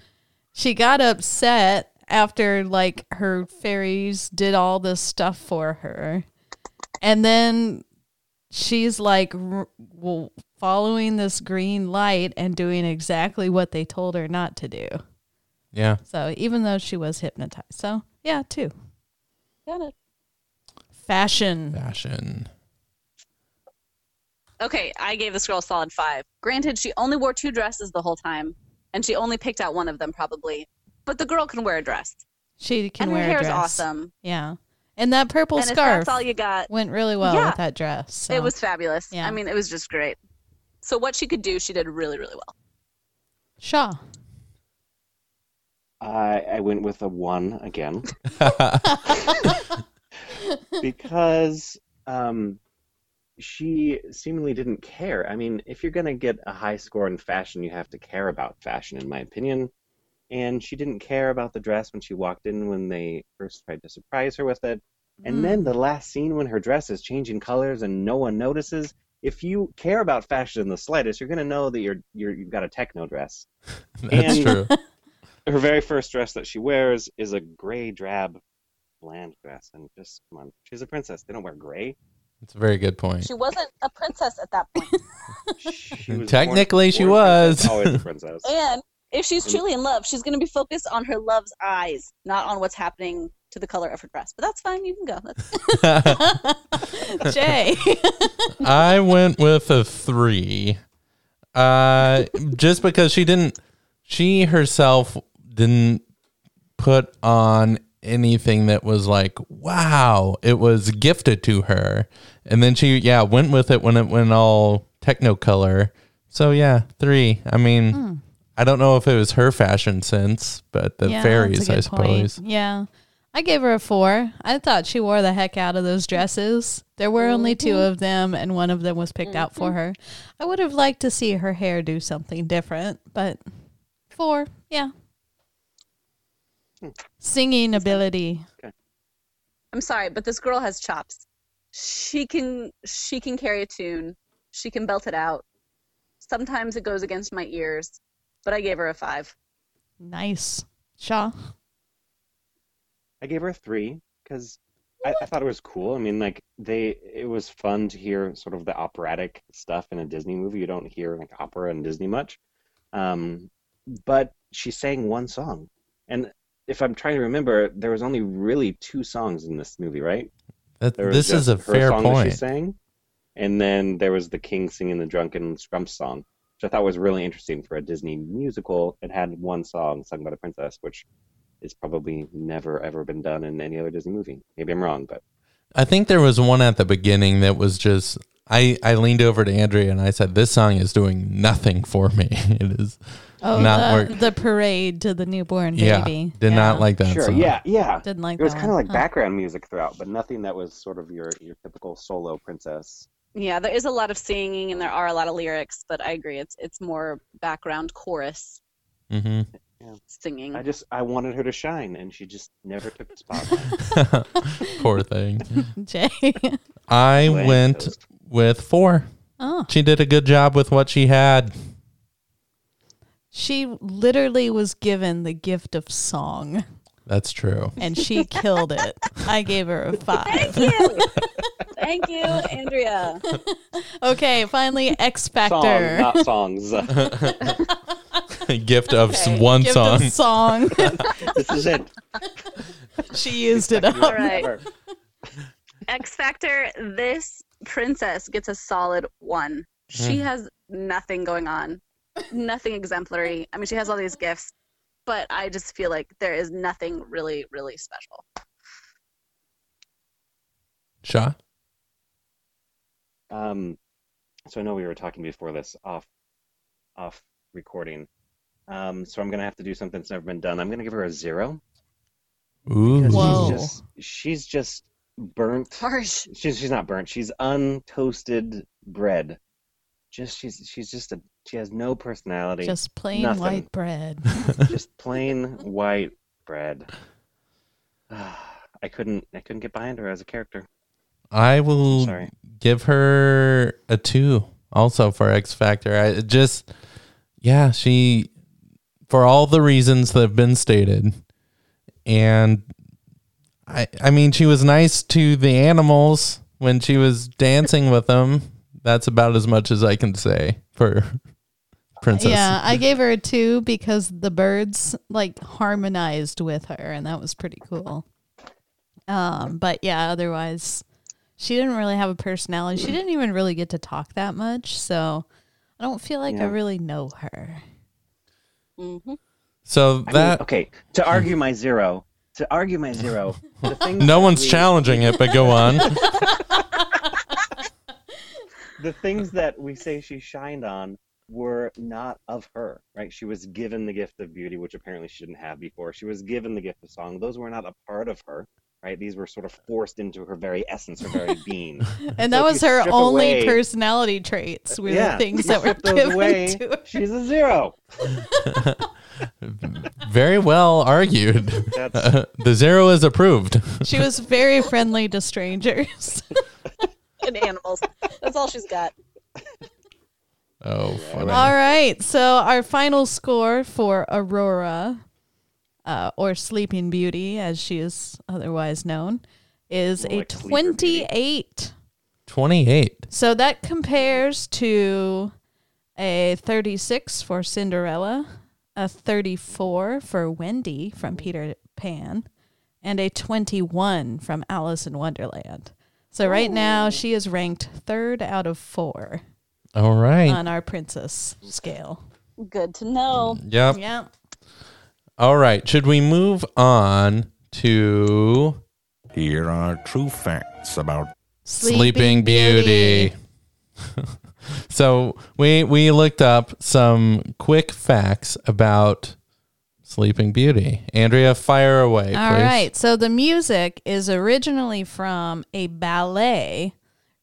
[SPEAKER 5] She got upset after like her fairies did all this stuff for her, and then she's like r- well, following this green light and doing exactly what they told her not to do.
[SPEAKER 4] yeah.
[SPEAKER 5] So even though she was hypnotized, so yeah, two
[SPEAKER 11] Got it.
[SPEAKER 5] fashion.
[SPEAKER 4] Fashion.
[SPEAKER 11] Okay, I gave this girl a solid five. Granted, she only wore two dresses the whole time, and she only picked out one of them probably. But the girl can wear a dress,
[SPEAKER 5] She can
[SPEAKER 11] and
[SPEAKER 5] wear
[SPEAKER 11] her
[SPEAKER 5] a
[SPEAKER 11] hair is
[SPEAKER 5] dress.
[SPEAKER 11] awesome.
[SPEAKER 5] Yeah, and that purple
[SPEAKER 11] and if
[SPEAKER 5] scarf
[SPEAKER 11] that's all you got,
[SPEAKER 5] went really well
[SPEAKER 11] Yeah.
[SPEAKER 5] with that dress. so.
[SPEAKER 11] it was fabulous.
[SPEAKER 5] Yeah.
[SPEAKER 11] I mean, it was just great. So what she could do, she did really, really well.
[SPEAKER 5] Shaw.
[SPEAKER 10] I, I went with a one again. because um, she seemingly didn't care. I mean, if you're going to get a high score in fashion, you have to care about fashion, in my opinion. And she didn't care about the dress when she walked in when they first tried to surprise her with it. And then the last scene when her dress is changing colors and no one notices. If you care about fashion in the slightest, you're going to know that you're, you're you've got a techno dress.
[SPEAKER 4] That's
[SPEAKER 10] And-
[SPEAKER 4] true.
[SPEAKER 10] Her very first dress that she wears is a gray drab bland dress and just come on she's a princess they don't wear gray
[SPEAKER 4] It's a very good point.
[SPEAKER 11] She wasn't a princess at that point.
[SPEAKER 10] She was
[SPEAKER 4] Technically,
[SPEAKER 10] born-
[SPEAKER 4] she
[SPEAKER 10] born princess,
[SPEAKER 4] was.
[SPEAKER 10] always a princess.
[SPEAKER 11] and if she's truly in love, she's going to be focused on her love's eyes, not on what's happening to the color of her dress. But that's fine. You can go. That's,
[SPEAKER 5] Jay.
[SPEAKER 4] I went with a three, uh, just because she didn't, she herself didn't put on anything that was like, wow, it was gifted to her, and then she, yeah, went with it when it went all technicolor. So yeah, three. I mean,
[SPEAKER 5] Hmm.
[SPEAKER 4] I don't know if it was her fashion sense, but the
[SPEAKER 5] Yeah,
[SPEAKER 4] fairies,
[SPEAKER 5] that's a
[SPEAKER 4] I
[SPEAKER 5] good point.
[SPEAKER 4] suppose.
[SPEAKER 5] Yeah. I gave her a four. I thought she wore the heck out of those dresses. There were only two of them, and one of them was picked out for her. I would have liked to see her hair do something different, but four, yeah. Singing ability.
[SPEAKER 11] I'm sorry, but this girl has chops. She can she can carry a tune. She can belt it out. Sometimes it goes against my ears, but I gave her a five.
[SPEAKER 5] Nice. Shaw.
[SPEAKER 10] I gave her a three because I, I thought it was cool. I mean, like they, it was fun to hear sort of the operatic stuff in a Disney movie. You don't hear like opera in Disney much, um, but she sang one song, and if I'm trying to remember, there was only really two songs in this movie, right?
[SPEAKER 4] That,
[SPEAKER 10] There was
[SPEAKER 4] this is
[SPEAKER 10] just
[SPEAKER 4] a
[SPEAKER 10] her
[SPEAKER 4] fair
[SPEAKER 10] song That she
[SPEAKER 4] point.
[SPEAKER 10] sang, and then there was the King singing the drunken scrump song, which I thought was really interesting for a Disney musical. It had one song sung by the princess, which is probably never ever been done in any other Disney movie. Maybe I'm wrong, but
[SPEAKER 4] I think there was one at the beginning that was just I I leaned over to Andrea and I said this song is doing nothing for me. It is
[SPEAKER 5] Oh,
[SPEAKER 4] not
[SPEAKER 5] the,
[SPEAKER 4] work.
[SPEAKER 5] the parade to the newborn
[SPEAKER 4] Yeah,
[SPEAKER 5] baby.
[SPEAKER 4] did not like that
[SPEAKER 10] sure,
[SPEAKER 4] song.
[SPEAKER 10] yeah, yeah.
[SPEAKER 5] Didn't like
[SPEAKER 10] it was
[SPEAKER 5] that
[SPEAKER 10] kind of
[SPEAKER 5] one,
[SPEAKER 10] like
[SPEAKER 5] huh.
[SPEAKER 10] background music throughout, but nothing that was sort of your your typical solo princess.
[SPEAKER 11] Yeah, there is a lot of singing and there are a lot of lyrics, but I agree it's it's more background chorus
[SPEAKER 4] hmm
[SPEAKER 11] singing.
[SPEAKER 10] I just I wanted her to shine, and she just never took the spotlight.
[SPEAKER 4] Poor thing.
[SPEAKER 5] Jay.
[SPEAKER 4] I
[SPEAKER 10] Bland
[SPEAKER 4] went
[SPEAKER 10] toast.
[SPEAKER 4] with four.
[SPEAKER 5] Oh.
[SPEAKER 4] She did a good job with what she had.
[SPEAKER 5] She literally was given the gift of song
[SPEAKER 4] That's true.
[SPEAKER 5] and she killed it. I gave her a five.
[SPEAKER 11] Thank you, Andrea.
[SPEAKER 5] Okay, finally, X
[SPEAKER 10] Song,
[SPEAKER 5] Factor.
[SPEAKER 10] not songs.
[SPEAKER 4] Gift of s one
[SPEAKER 5] Gift
[SPEAKER 4] song.
[SPEAKER 5] Of song.
[SPEAKER 10] this is it.
[SPEAKER 5] she used it up.
[SPEAKER 11] All right. X Factor, this princess gets a solid one. She
[SPEAKER 4] Mhm.
[SPEAKER 11] has nothing going on, nothing exemplary. I mean, she has all these gifts, but I just feel like there is nothing really, really special.
[SPEAKER 4] Shaw?
[SPEAKER 10] Um, so I know we were talking before this off off recording. Um, so I'm gonna have to do something that's never been done. I'm gonna give her a zero.
[SPEAKER 4] Ooh.
[SPEAKER 10] She's
[SPEAKER 5] Whoa.
[SPEAKER 10] just she's just burnt.
[SPEAKER 11] Harsh.
[SPEAKER 10] She's she's not burnt. She's untoasted bread. Just she's she's just a she has no personality.
[SPEAKER 5] Just plain
[SPEAKER 10] Nothing.
[SPEAKER 5] white bread.
[SPEAKER 10] just plain white bread. I couldn't I couldn't get behind her as a character.
[SPEAKER 4] I will
[SPEAKER 10] Oh, Sorry.
[SPEAKER 4] give her a two also for X Factor. I it just, yeah, she, for all the reasons that have been stated, and I, I mean, she was nice to the animals when she was dancing with them. That's about as much as I can say for Princess.
[SPEAKER 5] Yeah, I gave her a two because the birds like harmonized with her, and that was pretty cool. Um, but yeah, otherwise, she didn't really have a personality. She didn't even really get to talk that much, so I don't feel like I
[SPEAKER 10] Yeah.
[SPEAKER 5] really know her.
[SPEAKER 11] Mm-hmm.
[SPEAKER 4] So
[SPEAKER 10] I mean,
[SPEAKER 4] that,
[SPEAKER 10] okay, to argue my zero, to argue my zero, the thing
[SPEAKER 4] no
[SPEAKER 10] that
[SPEAKER 4] one's
[SPEAKER 10] we-
[SPEAKER 4] challenging it, but go on.
[SPEAKER 10] the things that we say she shined on were not of her, right? She was given the gift of beauty, which apparently she didn't have before. She was given the gift of song. Those were not a part of her, right? These were sort of forced into her very essence, her very being.
[SPEAKER 5] And that
[SPEAKER 10] So if
[SPEAKER 5] was
[SPEAKER 10] you
[SPEAKER 5] her
[SPEAKER 10] strip
[SPEAKER 5] only
[SPEAKER 10] away-
[SPEAKER 5] personality traits were the things
[SPEAKER 10] you
[SPEAKER 5] that were
[SPEAKER 10] strip those
[SPEAKER 5] given
[SPEAKER 10] away,
[SPEAKER 5] to her.
[SPEAKER 10] She's a zero.
[SPEAKER 4] Very well argued.
[SPEAKER 10] That's-
[SPEAKER 4] the zero is approved.
[SPEAKER 5] She was very friendly to strangers.
[SPEAKER 11] And animals. That's all she's got.
[SPEAKER 4] Oh, funny.
[SPEAKER 5] All right. So our final score for Aurora, uh, or Sleeping Beauty, as she is otherwise known, is
[SPEAKER 10] More
[SPEAKER 5] a
[SPEAKER 10] Oh, like Sleeper Beauty.
[SPEAKER 5] 28.
[SPEAKER 4] 28.
[SPEAKER 5] So that compares to a 36 for Cinderella, a 34 for Wendy from Peter Pan, and a 21 from Alice in Wonderland. So right now she is ranked third out of four
[SPEAKER 4] All right.
[SPEAKER 5] on our princess scale.
[SPEAKER 11] Good to know.
[SPEAKER 4] yep.
[SPEAKER 5] Yeah.
[SPEAKER 4] All right. Should we move on to
[SPEAKER 12] Here are true facts about
[SPEAKER 4] Sleeping Beauty? so we we looked up some quick facts about Sleeping Beauty. Andrea, fire away,
[SPEAKER 5] All
[SPEAKER 4] please.
[SPEAKER 5] right. So the music is originally from a ballet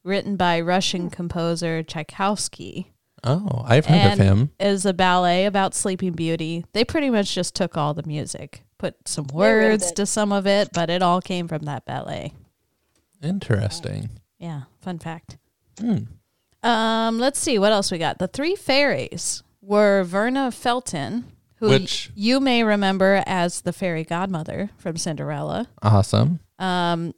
[SPEAKER 5] written by Russian composer Tchaikovsky.
[SPEAKER 4] Oh, I've heard of him.
[SPEAKER 5] Is a ballet about Sleeping Beauty. They pretty much just took all the music, put some
[SPEAKER 11] rid of
[SPEAKER 5] words
[SPEAKER 11] it.
[SPEAKER 5] to some of it, but it all came from that ballet.
[SPEAKER 4] Interesting.
[SPEAKER 5] Yeah, fun fact.
[SPEAKER 4] Hmm.
[SPEAKER 5] Um, let's see what else we got. The three fairies were Verna Felton, who y-
[SPEAKER 4] Which-
[SPEAKER 5] you may remember as the fairy godmother from Cinderella.
[SPEAKER 4] Awesome.
[SPEAKER 5] Um,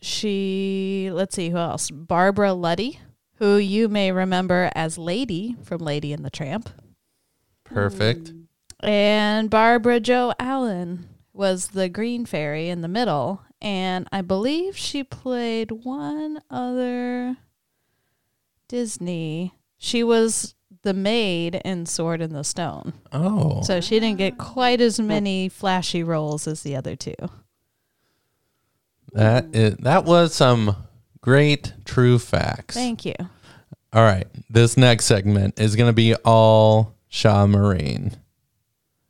[SPEAKER 5] she let's see who else. Barbara Luddy, who you may remember as Lady from Lady and the Tramp,
[SPEAKER 4] Perfect.
[SPEAKER 5] Hmm. and Barbara Jo Allen was the green fairy in the middle, and I believe she played one other Disney. She was the maid in Sword in the Stone.
[SPEAKER 4] Oh.
[SPEAKER 5] So she didn't get quite as many flashy roles as the other two.
[SPEAKER 4] that is, that was some great true facts.
[SPEAKER 5] Thank you.
[SPEAKER 4] All right. This next segment is going to be all Shaw Marine.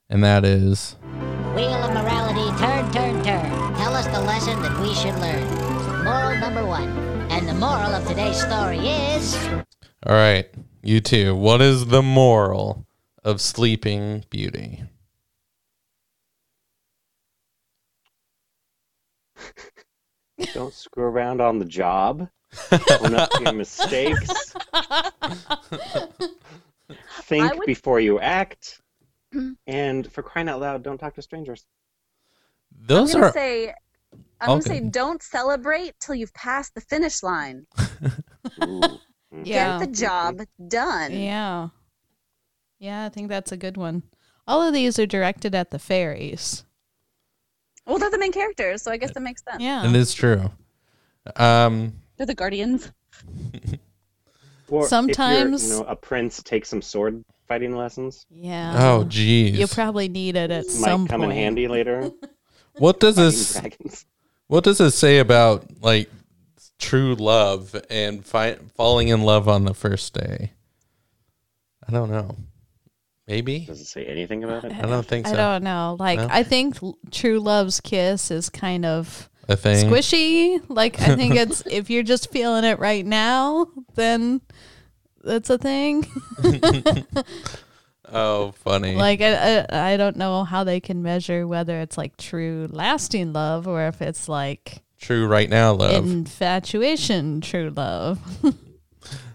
[SPEAKER 4] And that is
[SPEAKER 9] Wheel of morality, turn, turn, turn. Tell us the lesson that we should learn. Moral number one. And the moral of today's story is.
[SPEAKER 4] All right, you two. What is the moral of Sleeping Beauty?
[SPEAKER 10] Don't screw around on the job. Own up to your mistakes. Think
[SPEAKER 11] I would-
[SPEAKER 10] before you act. And for crying out loud, don't talk to strangers.
[SPEAKER 4] Those
[SPEAKER 11] I'm gonna
[SPEAKER 4] are
[SPEAKER 11] say
[SPEAKER 4] Okay.
[SPEAKER 11] I'm gonna say don't celebrate till you've passed the finish line.
[SPEAKER 5] Yeah.
[SPEAKER 11] Get the job done.
[SPEAKER 5] Yeah. Yeah, I think that's a good one. All of these are directed at the fairies.
[SPEAKER 11] Well, they're the main characters, so I guess that makes sense.
[SPEAKER 5] Yeah.
[SPEAKER 4] it is true. Um,
[SPEAKER 11] They're the guardians.
[SPEAKER 10] Or if you're,
[SPEAKER 5] Sometimes-
[SPEAKER 10] you know, a prince takes some sword fighting lessons.
[SPEAKER 5] Yeah.
[SPEAKER 4] Oh, geez.
[SPEAKER 5] You Uh-huh. probably need it at
[SPEAKER 10] Might
[SPEAKER 5] some
[SPEAKER 10] come
[SPEAKER 5] point.
[SPEAKER 10] in handy later.
[SPEAKER 4] what does this
[SPEAKER 10] dragons.
[SPEAKER 4] what does this say about like true love and fi- falling in love on the first day? I don't know. Maybe
[SPEAKER 10] does it say anything about it?
[SPEAKER 4] I don't think so.
[SPEAKER 5] I don't know. Like,
[SPEAKER 4] No?
[SPEAKER 5] I think l- true love's kiss is kind of
[SPEAKER 4] A thing?
[SPEAKER 5] squishy. Like, I think it's if you're just feeling it right now, then that's a thing.
[SPEAKER 4] Oh, funny.
[SPEAKER 5] like, I, I, I don't know how they can measure whether it's like true lasting love or if it's like
[SPEAKER 4] true right now love.
[SPEAKER 5] infatuation true love.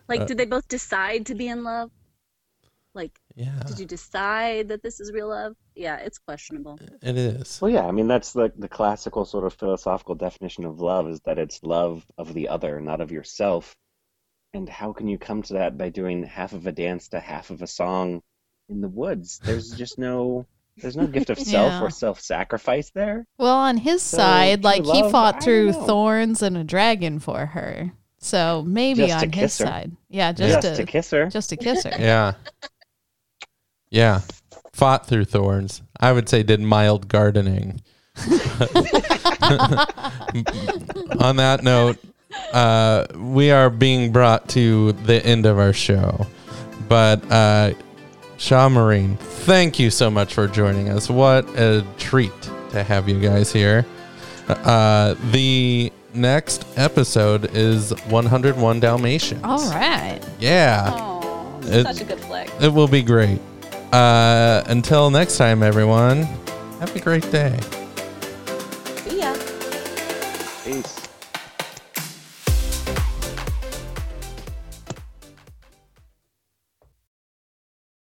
[SPEAKER 11] Like,
[SPEAKER 4] Uh,
[SPEAKER 11] did they both decide to be in love? Like,
[SPEAKER 4] Yeah.
[SPEAKER 11] did you decide that this is real love? Yeah, it's questionable.
[SPEAKER 4] It is.
[SPEAKER 10] Well, yeah. I mean, that's the the classical sort of philosophical definition of love is that it's love of the other, not of yourself. And how can you come to that by doing half of a dance to half of a song in the woods? There's just no there's no gift of self
[SPEAKER 5] Yeah.
[SPEAKER 10] or self sacrifice there.
[SPEAKER 5] Well, on his
[SPEAKER 10] So,
[SPEAKER 5] side,
[SPEAKER 10] true
[SPEAKER 5] like he
[SPEAKER 10] love, I
[SPEAKER 5] fought
[SPEAKER 10] don't
[SPEAKER 5] through
[SPEAKER 10] know.
[SPEAKER 5] thorns and a dragon for her. So maybe
[SPEAKER 10] Just to
[SPEAKER 5] on his
[SPEAKER 10] kiss her.
[SPEAKER 5] side. Yeah, just,
[SPEAKER 10] Just
[SPEAKER 5] to,
[SPEAKER 10] to kiss her.
[SPEAKER 5] Just to kiss her.
[SPEAKER 4] Yeah. Yeah. Fought through thorns. I would say did mild gardening. On that note, uh, we are being brought to the end of our show. But uh, Shaw Marine, thank you so much for joining us. What a treat to have you guys here. Uh, the next episode is 101 Dalmatians.
[SPEAKER 5] All right.
[SPEAKER 4] Yeah. Uh, It-
[SPEAKER 11] such a good flick.
[SPEAKER 4] It will be great. Uh, until next time, everyone, have a great day.
[SPEAKER 11] See ya.
[SPEAKER 10] Peace.